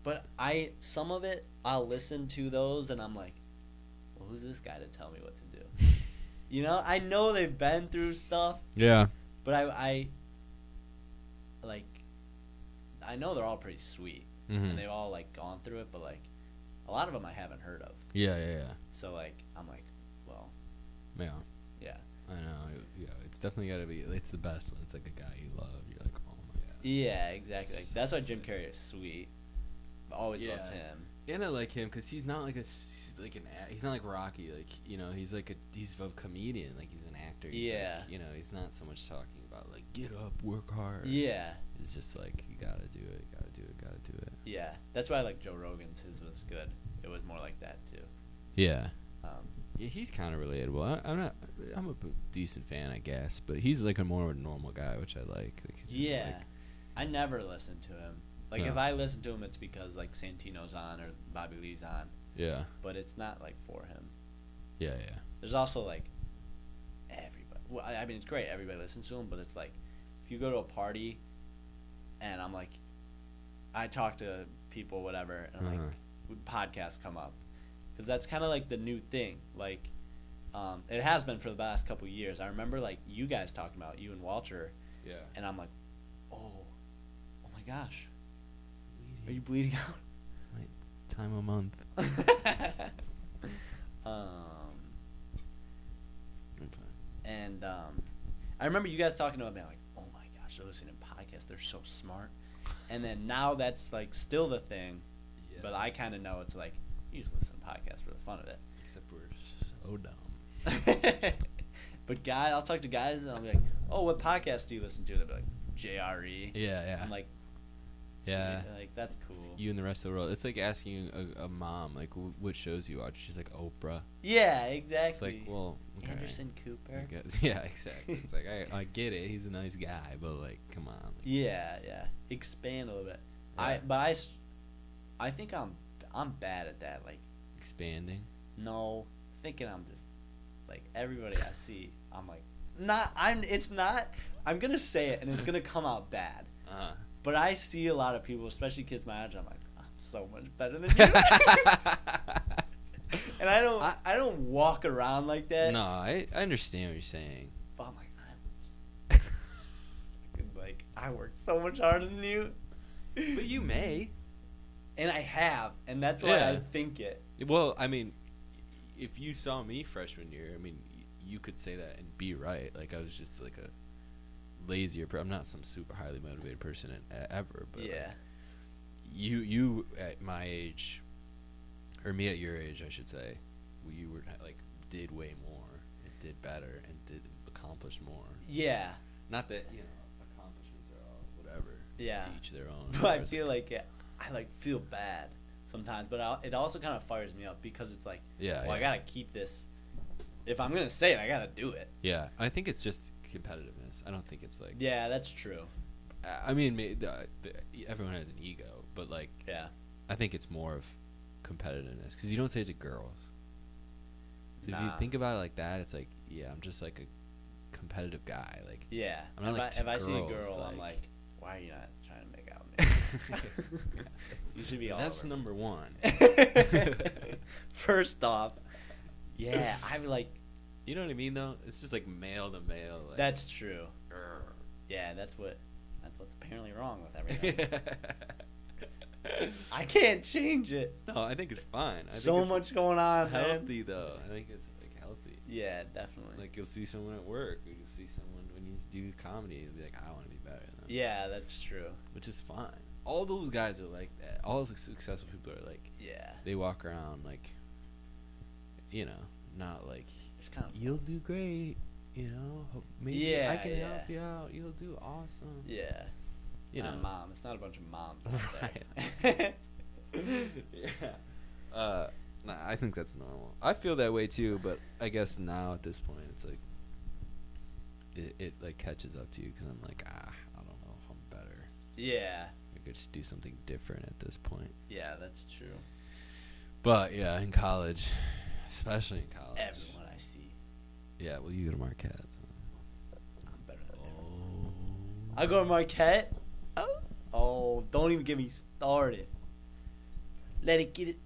[SPEAKER 1] but I some of it I'll listen to those and I'm like, well, who's this guy to tell me what to do? You know, I know they've been through stuff,
[SPEAKER 2] Yeah.
[SPEAKER 1] but I, I like, I know they're all pretty sweet
[SPEAKER 2] Mm-hmm.
[SPEAKER 1] and they've all like gone through it, but like, a lot of them I haven't heard of.
[SPEAKER 2] Yeah. Yeah. Yeah.
[SPEAKER 1] So like, I'm like, well,
[SPEAKER 2] Yeah.
[SPEAKER 1] yeah,
[SPEAKER 2] I know. it- Yeah. It's definitely got to be. It's the best one. It's like a guy you love. You're like, oh my god.
[SPEAKER 1] yeah, exactly. Like, that's why Jim
[SPEAKER 2] Sick.
[SPEAKER 1] Carrey is sweet. I Always loved
[SPEAKER 2] Yeah.
[SPEAKER 1] him.
[SPEAKER 2] And I like him because he's not like a s- like an a- he's not like Rocky like you know he's like a he's a comedian like he's an actor he's
[SPEAKER 1] Yeah.
[SPEAKER 2] like, you know he's not so much talking about like get up work hard
[SPEAKER 1] Yeah.
[SPEAKER 2] it's just like you gotta do it gotta do it gotta do it
[SPEAKER 1] Yeah, that's why I like Joe Rogan's. His was good. It was more like that too.
[SPEAKER 2] yeah
[SPEAKER 1] Um,
[SPEAKER 2] yeah he's kind of relatable I, I'm not I'm a b- decent fan I guess but he's like a more normal guy which I like like he's just,
[SPEAKER 1] yeah,
[SPEAKER 2] like,
[SPEAKER 1] I never listened to him. Like if
[SPEAKER 2] No.
[SPEAKER 1] I listen to him, it's because like Santino's on or Bobby Lee's on,
[SPEAKER 2] yeah
[SPEAKER 1] but it's not like for him.
[SPEAKER 2] yeah yeah
[SPEAKER 1] There's also like everybody. Well, I, I mean, it's great. Everybody listens to him, but it's like if you go to a party, and I'm like, I talk to people, whatever, and I'm like,
[SPEAKER 2] Uh-huh.
[SPEAKER 1] would podcasts come up because that's kind of like the new thing like um, it has been for the last couple years i remember like you guys talking about you and walter
[SPEAKER 2] yeah
[SPEAKER 1] and i'm like oh oh my gosh are you bleeding
[SPEAKER 2] time a month
[SPEAKER 1] out um, and um, i remember you guys talking about me like oh my gosh they're listening to podcasts they're so smart and then now that's like still the thing
[SPEAKER 2] yeah.
[SPEAKER 1] but i kind of know it's like you just listen to podcasts for the fun of it
[SPEAKER 2] except we're so dumb
[SPEAKER 1] but guy, I'll talk to guys and I'll be like, "Oh, what podcast do you listen to?" They'll be like, "JRE."
[SPEAKER 2] yeah yeah
[SPEAKER 1] I'm like,
[SPEAKER 2] Yeah.
[SPEAKER 1] "Sweet," like that's cool."
[SPEAKER 2] you and the rest of the world. It's like asking a, a mom, like, w- what shows you watch? She's like, Oprah.
[SPEAKER 1] yeah,
[SPEAKER 2] It's
[SPEAKER 1] exactly.
[SPEAKER 2] like, well, okay. uh,
[SPEAKER 1] Anderson
[SPEAKER 2] I
[SPEAKER 1] Cooper.
[SPEAKER 2] guess- Yeah, exactly. It's like, I, I get it. He's a nice guy, but, like, come on. Like,
[SPEAKER 1] Yeah, yeah. Expand a little bit. I,
[SPEAKER 2] Yeah.
[SPEAKER 1] but I, s- I think I'm, I'm bad at that. Like,
[SPEAKER 2] expanding.
[SPEAKER 1] no, thinking I'm just, like everybody I see, I'm like, not. I'm. It's not. I'm gonna say it and it's gonna come out bad.
[SPEAKER 2] Uh.
[SPEAKER 1] But I see a lot of people, especially kids my age. I'm like, "Ah, I'm so much better than you.
[SPEAKER 2] no,
[SPEAKER 1] And I don't, I,
[SPEAKER 2] I-
[SPEAKER 1] don't walk around like that.
[SPEAKER 2] I, I understand what you're saying.
[SPEAKER 1] But I'm like, I'm fucking, like I work so much harder than you.
[SPEAKER 2] But you may.
[SPEAKER 1] And I have, and that's why I
[SPEAKER 2] Yeah.
[SPEAKER 1] think it.
[SPEAKER 2] Well, I mean, if you saw me freshman year, I mean, y- you could say that and be right. Like I was just like a lazier. Per- I'm not some super highly motivated person e- ever, but like,
[SPEAKER 1] yeah,
[SPEAKER 2] you you at my age, or me at your age, I should say, we- you were like did way more, and did better, and did accomplish more.
[SPEAKER 1] yeah.
[SPEAKER 2] Not that you know accomplishments are all whatever.
[SPEAKER 1] Yeah.
[SPEAKER 2] To each their own.
[SPEAKER 1] But I
[SPEAKER 2] whereas,
[SPEAKER 1] feel like it, I like feel bad sometimes, but i it also kind of fires me up because it's like,
[SPEAKER 2] Yeah,
[SPEAKER 1] well, I
[SPEAKER 2] yeah.
[SPEAKER 1] gotta keep this. If I'm gonna say it, I gotta do it.
[SPEAKER 2] Yeah, I think it's just competitiveness. I don't think it's like.
[SPEAKER 1] Yeah, that's true.
[SPEAKER 2] I I mean, may- the- the- everyone has an ego, but like,
[SPEAKER 1] Yeah,
[SPEAKER 2] I think it's more of competitiveness because you don't say it to girls. So if
[SPEAKER 1] Nah.
[SPEAKER 2] you think about it like that, it's like, yeah, I'm just like a competitive guy. Like,
[SPEAKER 1] yeah.
[SPEAKER 2] I'm not
[SPEAKER 1] if
[SPEAKER 2] like
[SPEAKER 1] I, if I see a
[SPEAKER 2] girls,
[SPEAKER 1] girl, I'm
[SPEAKER 2] like-
[SPEAKER 1] like, why are you not trying to make out with me? you should be all
[SPEAKER 2] that's
[SPEAKER 1] over.
[SPEAKER 2] number one.
[SPEAKER 1] First off, yeah, I'm like,
[SPEAKER 2] You know what I mean, though? It's just like male to male. Like,
[SPEAKER 1] that's true.
[SPEAKER 2] grr.
[SPEAKER 1] Yeah, that's what. That's what's apparently wrong with everything. I can't change it.
[SPEAKER 2] no, I think it's fine. I
[SPEAKER 1] so
[SPEAKER 2] think it's
[SPEAKER 1] much going on, man.
[SPEAKER 2] healthy though. I think it's like healthy.
[SPEAKER 1] Yeah, definitely.
[SPEAKER 2] Like you'll see someone at work, or you'll see someone when you do comedy, and be like, I want to be better than them,
[SPEAKER 1] yeah, that's true.
[SPEAKER 2] which is fine. All those guys are like that. All the successful people are like
[SPEAKER 1] Yeah,
[SPEAKER 2] they walk around like, you know, not like
[SPEAKER 1] it's kind of
[SPEAKER 2] you'll do great. You know, Ho- maybe I
[SPEAKER 1] Yeah,
[SPEAKER 2] can
[SPEAKER 1] yeah.
[SPEAKER 2] help you out. You'll do awesome.
[SPEAKER 1] yeah.
[SPEAKER 2] You
[SPEAKER 1] Not
[SPEAKER 2] know,
[SPEAKER 1] a mom. It's not a bunch of moms. Out
[SPEAKER 2] Right.
[SPEAKER 1] there.
[SPEAKER 2] Uh, nah, I think that's normal. I feel that way too, but I guess now at this point, it's like it, it like catches up to you because I'm like, ah, I don't know if I'm better.
[SPEAKER 1] yeah,
[SPEAKER 2] I could just do something different at this point.
[SPEAKER 1] yeah, that's true.
[SPEAKER 2] But yeah, in college, especially in college,
[SPEAKER 1] Everyone I see,
[SPEAKER 2] Yeah, well, you go to Marquette.
[SPEAKER 1] I'm better than everyone.
[SPEAKER 2] Oh,
[SPEAKER 1] I go to Marquette. Oh, oh, don't even get me started. Let it get it.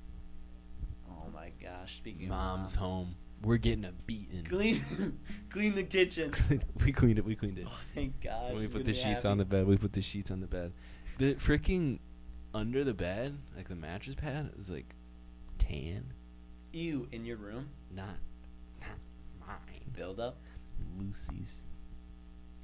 [SPEAKER 1] Oh my gosh! Speaking
[SPEAKER 2] mom's
[SPEAKER 1] of
[SPEAKER 2] home. We're getting a beating.
[SPEAKER 1] mom, clean, clean the kitchen.
[SPEAKER 2] we cleaned it. We cleaned it.
[SPEAKER 1] Oh, thank God.
[SPEAKER 2] we
[SPEAKER 1] she's
[SPEAKER 2] put
[SPEAKER 1] gonna
[SPEAKER 2] the
[SPEAKER 1] be
[SPEAKER 2] sheets
[SPEAKER 1] happy.
[SPEAKER 2] on the bed. We put the sheets on the bed. The freaking under the bed, like the mattress pad, is like tan,
[SPEAKER 1] Ew, in your room,
[SPEAKER 2] not not mine.
[SPEAKER 1] build up.
[SPEAKER 2] Lucy's.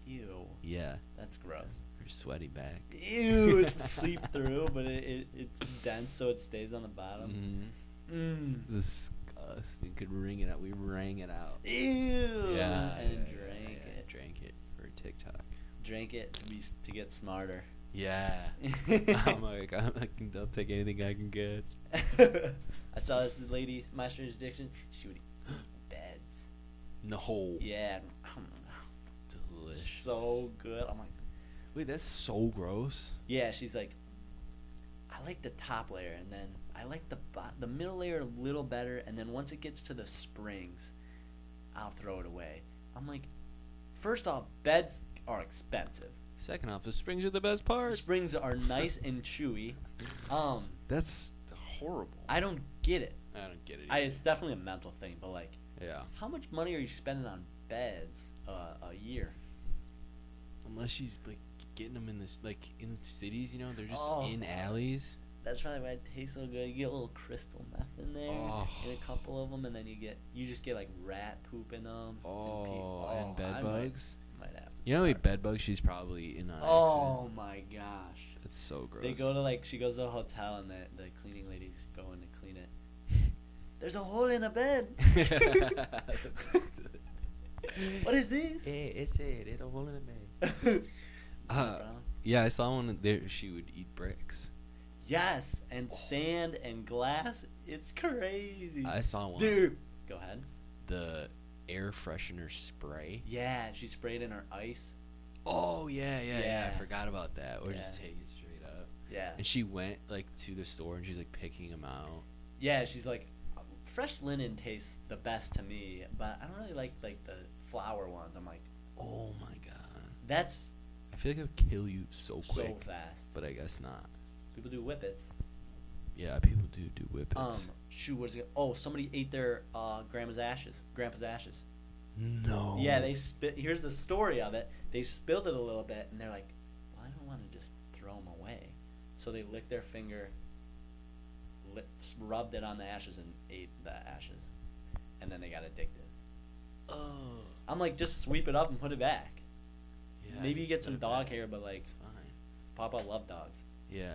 [SPEAKER 1] Ew,
[SPEAKER 2] Yeah,
[SPEAKER 1] that's gross.
[SPEAKER 2] her sweaty back.
[SPEAKER 1] Ew, it seeped through, but it, it it's dense, so it stays on the bottom.
[SPEAKER 2] Mm,
[SPEAKER 1] Mm.
[SPEAKER 2] disgusting. Could wring it out. We rang it out.
[SPEAKER 1] Ew. and drank
[SPEAKER 2] yeah,
[SPEAKER 1] it.
[SPEAKER 2] Drank it for TikTok.
[SPEAKER 1] Drank it to be s- to get smarter.
[SPEAKER 2] Yeah. I'm like, I'm, I can, I'll take anything I can get.
[SPEAKER 1] I saw this lady, my jurisdiction. She would eat beds.
[SPEAKER 2] No.
[SPEAKER 1] Yeah,
[SPEAKER 2] Delish.
[SPEAKER 1] so good. I'm like,
[SPEAKER 2] Wait, that's so gross.
[SPEAKER 1] yeah. She's like, I like the top layer, and then I like the bo- the middle layer a little better, and then once it gets to the springs, I'll throw it away. I'm like, first off, beds are expensive.
[SPEAKER 2] Second off, the springs are the best part.
[SPEAKER 1] Springs are nice and chewy. Um,
[SPEAKER 2] That's horrible.
[SPEAKER 1] I don't get it.
[SPEAKER 2] I don't get it.
[SPEAKER 1] I,
[SPEAKER 2] either.
[SPEAKER 1] it's definitely a mental thing, but like.
[SPEAKER 2] yeah.
[SPEAKER 1] How much money are you spending on beds uh, a year?
[SPEAKER 2] Unless she's like getting them in this like in cities, you know, they're just
[SPEAKER 1] Oh.
[SPEAKER 2] in alleys.
[SPEAKER 1] That's probably why it tastes so good. You get a little crystal meth in there,
[SPEAKER 2] Oh.
[SPEAKER 1] get a couple of them, and then you get you just get like rat poop in them.
[SPEAKER 2] Oh, and, bed bugs.
[SPEAKER 1] Might, might have. to
[SPEAKER 2] You know how many
[SPEAKER 1] start.
[SPEAKER 2] bed bugs she's probably in on accident.
[SPEAKER 1] Oh my gosh!
[SPEAKER 2] That's so gross.
[SPEAKER 1] They go to like she goes to a hotel and the the cleaning ladies go in to clean it. There's a hole in a bed. what is this?
[SPEAKER 2] Hey, it's it. It'll hold in Uh,
[SPEAKER 1] Brown?
[SPEAKER 2] Yeah, I saw one there. She would eat bricks.
[SPEAKER 1] yes, and sand and glass. It's crazy.
[SPEAKER 2] I saw one.
[SPEAKER 1] Dude, go ahead.
[SPEAKER 2] The air freshener spray.
[SPEAKER 1] Yeah, she sprayed in her ice.
[SPEAKER 2] Oh yeah, yeah, yeah.
[SPEAKER 1] Yeah.
[SPEAKER 2] I forgot about that. Or just
[SPEAKER 1] Yeah.
[SPEAKER 2] take it straight up.
[SPEAKER 1] Yeah.
[SPEAKER 2] And she went like to the store and she's like picking them out.
[SPEAKER 1] Yeah, she's like, fresh linen tastes the best to me, but I don't really like like the flower ones. I'm like,
[SPEAKER 2] Oh my god.
[SPEAKER 1] that's
[SPEAKER 2] I feel like I would kill you so
[SPEAKER 1] so
[SPEAKER 2] quick,
[SPEAKER 1] fast.
[SPEAKER 2] but I guess not.
[SPEAKER 1] People do whippets.
[SPEAKER 2] Yeah, people do do whippets.
[SPEAKER 1] Um, shoot, what is it? Oh, somebody ate their uh, grandma's ashes, grandpa's ashes.
[SPEAKER 2] no.
[SPEAKER 1] Um, Yeah, they spit. Here's the story of it. They spilled it a little bit, and they're like, well, I don't want to just throw them away, so they licked their finger, lips, rubbed it on the ashes, and ate the ashes, and then they got addicted.
[SPEAKER 2] Oh.
[SPEAKER 1] I'm like, just sweep it up and put it back.
[SPEAKER 2] Yeah,
[SPEAKER 1] Maybe you
[SPEAKER 2] just
[SPEAKER 1] get
[SPEAKER 2] put
[SPEAKER 1] some
[SPEAKER 2] it
[SPEAKER 1] dog
[SPEAKER 2] back.
[SPEAKER 1] hair, but like,
[SPEAKER 2] It's fine.
[SPEAKER 1] Papa loved dogs.
[SPEAKER 2] Yeah.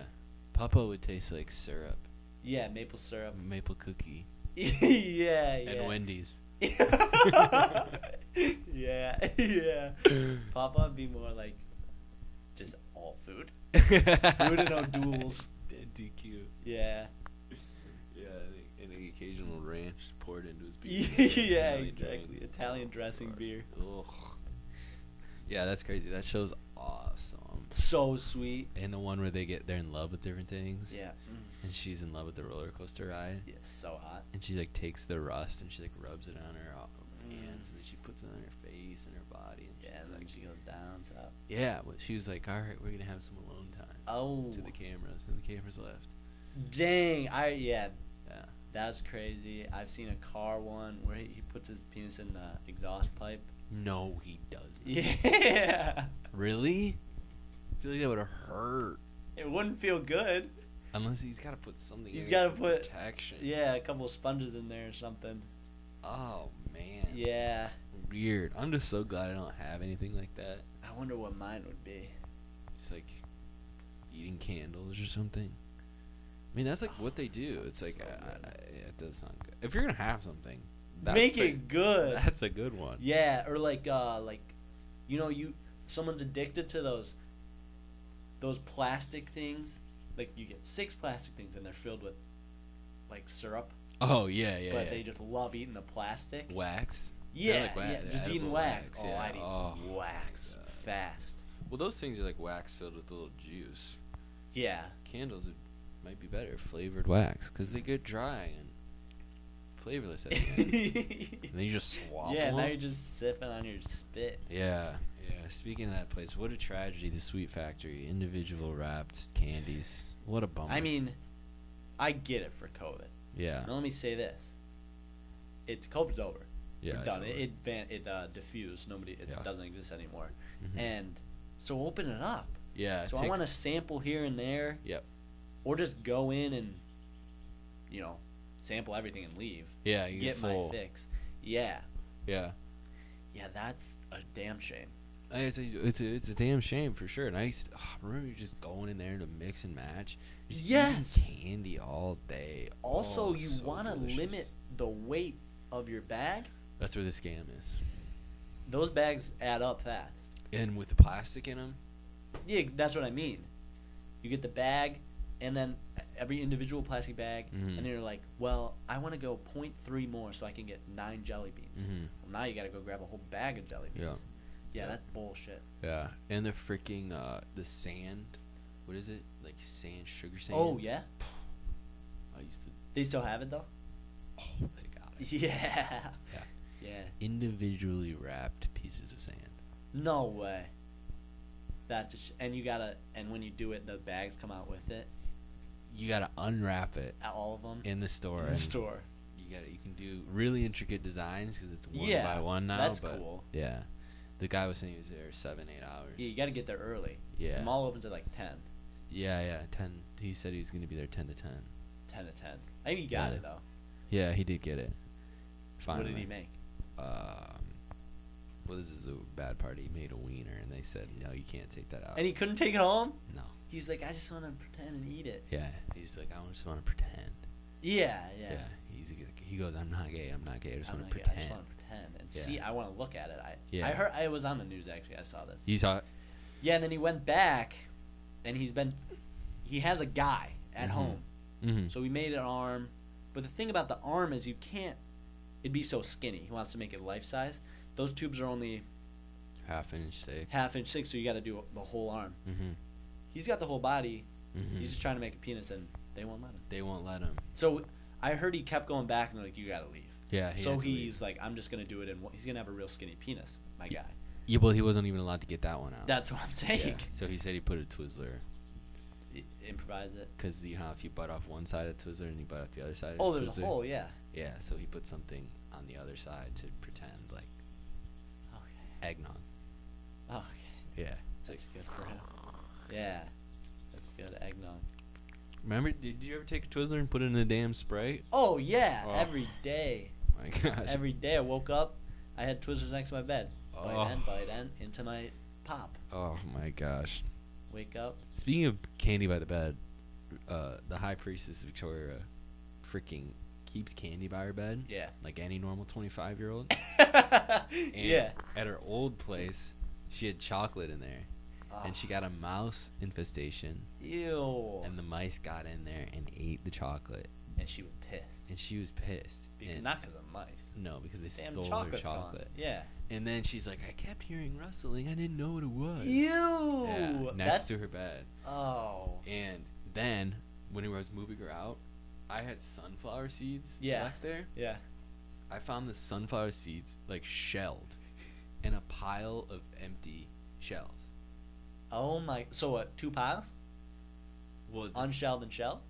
[SPEAKER 2] Papa would taste like syrup,
[SPEAKER 1] Yeah, maple syrup.
[SPEAKER 2] maple cookie,
[SPEAKER 1] yeah, yeah.
[SPEAKER 2] Mm. and Wendy's.
[SPEAKER 1] yeah, yeah. Papa would be more like just all food. Food and
[SPEAKER 2] Rooted
[SPEAKER 1] on duels.
[SPEAKER 2] DQ.
[SPEAKER 1] Yeah. yeah,
[SPEAKER 2] Italian
[SPEAKER 1] exactly.
[SPEAKER 2] drink.
[SPEAKER 1] Italian dressing
[SPEAKER 2] Lord.
[SPEAKER 1] beer.
[SPEAKER 2] Ugh. Yeah, that's crazy. That show's awesome.
[SPEAKER 1] So sweet.
[SPEAKER 2] And the one where they get they're in love with different things.
[SPEAKER 1] Yeah.
[SPEAKER 2] And she's in love with the roller coaster ride.
[SPEAKER 1] Yeah, so hot.
[SPEAKER 2] And she like takes the rust and she like rubs it on her uh,
[SPEAKER 1] Mm.
[SPEAKER 2] hands and then she puts it on her face and her body and
[SPEAKER 1] Yeah,
[SPEAKER 2] she's
[SPEAKER 1] and then
[SPEAKER 2] like
[SPEAKER 1] she goes down top.
[SPEAKER 2] Yeah, but she was like, All right, we're gonna have some alone time
[SPEAKER 1] Oh,
[SPEAKER 2] to the cameras and the cameras left.
[SPEAKER 1] dang! I yeah,
[SPEAKER 2] Yeah.
[SPEAKER 1] that's crazy. I've seen a car one where he, he puts his penis in the exhaust pipe.
[SPEAKER 2] No, he doesn't.
[SPEAKER 1] Yeah,
[SPEAKER 2] Really? I feel like that would have hurt.
[SPEAKER 1] it wouldn't feel good.
[SPEAKER 2] Unless he's gotta put something
[SPEAKER 1] He's
[SPEAKER 2] in there
[SPEAKER 1] gotta
[SPEAKER 2] for
[SPEAKER 1] put-
[SPEAKER 2] protection.
[SPEAKER 1] Yeah, a couple sponges in there or something.
[SPEAKER 2] Oh man.
[SPEAKER 1] Yeah,
[SPEAKER 2] Weird. I'm just so glad I don't have anything like that.
[SPEAKER 1] I wonder what mine would be.
[SPEAKER 2] It's like eating candles or something. I mean, that's like what they do.
[SPEAKER 1] sounds
[SPEAKER 2] It's like
[SPEAKER 1] so
[SPEAKER 2] I,
[SPEAKER 1] good.
[SPEAKER 2] I, it does sound good. If you're gonna have something, that's
[SPEAKER 1] Make
[SPEAKER 2] a,
[SPEAKER 1] it good.
[SPEAKER 2] That's a good one.
[SPEAKER 1] Yeah, or like uh like you know you someone's addicted to those those plastic things. Like you get six plastic things and they're filled with like syrup,
[SPEAKER 2] Oh yeah, yeah.
[SPEAKER 1] but
[SPEAKER 2] yeah.
[SPEAKER 1] they just love eating the plastic.
[SPEAKER 2] wax.
[SPEAKER 1] Yeah,
[SPEAKER 2] like wa-
[SPEAKER 1] yeah,
[SPEAKER 2] yeah,
[SPEAKER 1] just eating
[SPEAKER 2] edible
[SPEAKER 1] wax.
[SPEAKER 2] wax,
[SPEAKER 1] oh,
[SPEAKER 2] yeah.
[SPEAKER 1] I'd eat
[SPEAKER 2] Oh,
[SPEAKER 1] some
[SPEAKER 2] my
[SPEAKER 1] wax
[SPEAKER 2] God.
[SPEAKER 1] fast.
[SPEAKER 2] Well, those things are like wax filled with a little juice.
[SPEAKER 1] Yeah,
[SPEAKER 2] Candles would, might be better flavored wax because they get dry and flavorless at the end. and then you just swap
[SPEAKER 1] yeah.
[SPEAKER 2] them.
[SPEAKER 1] Now you're just sipping on your spit.
[SPEAKER 2] Yeah, yeah. Speaking of that place, what a tragedy! The Sweet Factory, individual wrapped candies. What a bummer.
[SPEAKER 1] I mean, I get it for COVID.
[SPEAKER 2] Oh, yeah,
[SPEAKER 1] Now let me say this: it's COVID's over.
[SPEAKER 2] yeah.
[SPEAKER 1] We're
[SPEAKER 2] it's
[SPEAKER 1] done. It
[SPEAKER 2] over.
[SPEAKER 1] it, van- it uh, diffused. Nobody. It
[SPEAKER 2] Yeah.
[SPEAKER 1] doesn't exist anymore.
[SPEAKER 2] Mhm.
[SPEAKER 1] And so open it up.
[SPEAKER 2] yeah.
[SPEAKER 1] so I
[SPEAKER 2] take-
[SPEAKER 1] want to sample here and there.
[SPEAKER 2] Yep.
[SPEAKER 1] Or just go in and, you know, sample everything and leave.
[SPEAKER 2] Yeah, you
[SPEAKER 1] get
[SPEAKER 2] full.
[SPEAKER 1] my fix. Yeah.
[SPEAKER 2] Yeah,
[SPEAKER 1] Yeah, that's a damn shame.
[SPEAKER 2] I- it's a, it's a it's a damn shame for sure. And I used to, ah, remember you just going in there to mix and match. Just eating
[SPEAKER 1] Yes.
[SPEAKER 2] candy all day.
[SPEAKER 1] Also,
[SPEAKER 2] Oh,
[SPEAKER 1] you
[SPEAKER 2] so
[SPEAKER 1] want to
[SPEAKER 2] delicious.
[SPEAKER 1] limit the weight of your bag.
[SPEAKER 2] That's where the scam is.
[SPEAKER 1] Those bags add up fast.
[SPEAKER 2] And with the plastic in them.
[SPEAKER 1] Yeah, ex- that's what I mean. You get the bag, and then every individual plastic bag,
[SPEAKER 2] Mhm.
[SPEAKER 1] and then you're like, well, I want to go 0.3 more so I can get nine jelly beans.
[SPEAKER 2] Mhm.
[SPEAKER 1] Well, now you got to go grab a whole bag of jelly beans.
[SPEAKER 2] Yeah.
[SPEAKER 1] Yeah,
[SPEAKER 2] Yeah.
[SPEAKER 1] that's bullshit.
[SPEAKER 2] Yeah. And the freaking uh the sand. What is it? Like sand, sugar sand.
[SPEAKER 1] Oh, yeah?
[SPEAKER 2] I used to.
[SPEAKER 1] They still have it, though?
[SPEAKER 2] Oh, they got it.
[SPEAKER 1] Yeah.
[SPEAKER 2] Yeah.
[SPEAKER 1] Yeah.
[SPEAKER 2] Individually wrapped pieces of sand.
[SPEAKER 1] No way. That's a sh- and you gotta and when you do it, the bags come out with it,
[SPEAKER 2] You gotta unwrap it
[SPEAKER 1] all of them
[SPEAKER 2] in the store.
[SPEAKER 1] in the
[SPEAKER 2] and
[SPEAKER 1] store.
[SPEAKER 2] You got to You can do really intricate designs because it's one
[SPEAKER 1] yeah,
[SPEAKER 2] by one now.
[SPEAKER 1] That's
[SPEAKER 2] but
[SPEAKER 1] cool.
[SPEAKER 2] Yeah. The guy was saying he was there seven, eight hours.
[SPEAKER 1] Yeah, you gotta get there early.
[SPEAKER 2] Yeah.
[SPEAKER 1] The mall opens at like 10,
[SPEAKER 2] yeah, yeah. Ten. He said he was gonna be there ten to ten.
[SPEAKER 1] 10 to 10. I think he got
[SPEAKER 2] Yeah.
[SPEAKER 1] it though.
[SPEAKER 2] Yeah, he did get it. Finally.
[SPEAKER 1] What did he make?
[SPEAKER 2] Um, well, this is the bad part. He made a wiener, and they said, "No, you can't take that out."
[SPEAKER 1] And he couldn't take it home.
[SPEAKER 2] no.
[SPEAKER 1] He's like, I just want to pretend and eat it.
[SPEAKER 2] Yeah, he's like, "I just want to pretend."
[SPEAKER 1] Yeah, yeah.
[SPEAKER 2] Yeah. He's like, he goes, "I'm not gay. I'm not gay. I just
[SPEAKER 1] I'm
[SPEAKER 2] want to
[SPEAKER 1] like, yeah, I just
[SPEAKER 2] pretend."
[SPEAKER 1] want to pretend and
[SPEAKER 2] Yeah.
[SPEAKER 1] see. I want to look at it. I
[SPEAKER 2] Yeah.
[SPEAKER 1] I heard I was on the news actually. I saw this.
[SPEAKER 2] You saw?
[SPEAKER 1] Yeah, and then he went back, and he's been, he has a guy at
[SPEAKER 2] Mhm.
[SPEAKER 1] home.
[SPEAKER 2] Mm-hmm.
[SPEAKER 1] So we made an arm, but the thing about the arm is you can't. It'd be so skinny. He wants to make it life size. Those tubes are only
[SPEAKER 2] Half inch thick.
[SPEAKER 1] half inch thick, so you got to do the whole arm.
[SPEAKER 2] Mm-hmm.
[SPEAKER 1] He's got the whole body.
[SPEAKER 2] mm-hmm.
[SPEAKER 1] He's just trying to make a penis, and they won't let him.
[SPEAKER 2] They won't let him.
[SPEAKER 1] So I heard he kept going back, and they're like, "You got to leave."
[SPEAKER 2] Yeah. He
[SPEAKER 1] so
[SPEAKER 2] had to
[SPEAKER 1] he's
[SPEAKER 2] leave.
[SPEAKER 1] like, "I'm just gonna do it," and he's gonna have a real skinny penis, my guy.
[SPEAKER 2] Yeah, well, he wasn't even allowed to get that one out.
[SPEAKER 1] That's what I'm saying.
[SPEAKER 2] yeah. So he said he put a Twizzler
[SPEAKER 1] I- Improvise it.
[SPEAKER 2] because you know how if you butt off one side of Twizzler and you butt off the other side. Of
[SPEAKER 1] Oh,
[SPEAKER 2] the
[SPEAKER 1] there's a
[SPEAKER 2] Twizzler?
[SPEAKER 1] hole. Yeah.
[SPEAKER 2] Yeah. So he put something on the other side to pretend like
[SPEAKER 1] Okay.
[SPEAKER 2] eggnog.
[SPEAKER 1] Oh, Okay.
[SPEAKER 2] Yeah.
[SPEAKER 1] That's good for him. Yeah. That's good eggnog.
[SPEAKER 2] Remember, did you ever take a Twizzler and put it in a damn Sprite?
[SPEAKER 1] Oh yeah,
[SPEAKER 2] Oh.
[SPEAKER 1] every day.
[SPEAKER 2] My gosh.
[SPEAKER 1] Every day I woke up, I had Twizzlers next to my bed. Bite
[SPEAKER 2] Oh.
[SPEAKER 1] in, bite in, into my pop.
[SPEAKER 2] oh my gosh.
[SPEAKER 1] Wake up.
[SPEAKER 2] Speaking of candy by the bed, uh, the high priestess Victoria freaking keeps candy by her bed
[SPEAKER 1] Yeah.
[SPEAKER 2] like any normal 25 year old. And
[SPEAKER 1] yeah.
[SPEAKER 2] At her old place, she had chocolate in there
[SPEAKER 1] Ah.
[SPEAKER 2] and she got a mouse infestation
[SPEAKER 1] Ew.
[SPEAKER 2] and the mice got in there and ate the chocolate.
[SPEAKER 1] and she was pissed.
[SPEAKER 2] and she was pissed.
[SPEAKER 1] Because,
[SPEAKER 2] and-
[SPEAKER 1] not because of mice.
[SPEAKER 2] no, because they
[SPEAKER 1] Damn,
[SPEAKER 2] stole her
[SPEAKER 1] chocolate's gone.
[SPEAKER 2] chocolate.
[SPEAKER 1] Yeah.
[SPEAKER 2] And then she's like, I kept hearing rustling. I didn't know what it was.
[SPEAKER 1] You.
[SPEAKER 2] Yeah, next
[SPEAKER 1] That's,
[SPEAKER 2] to her bed.
[SPEAKER 1] Oh.
[SPEAKER 2] And then when I was moving her out, I had sunflower seeds
[SPEAKER 1] Yeah.
[SPEAKER 2] left there.
[SPEAKER 1] Yeah.
[SPEAKER 2] I found the sunflower seeds like shelled in a pile of empty shells.
[SPEAKER 1] Oh my. So what? Two piles?
[SPEAKER 2] Well, just-
[SPEAKER 1] Unshelled and shell?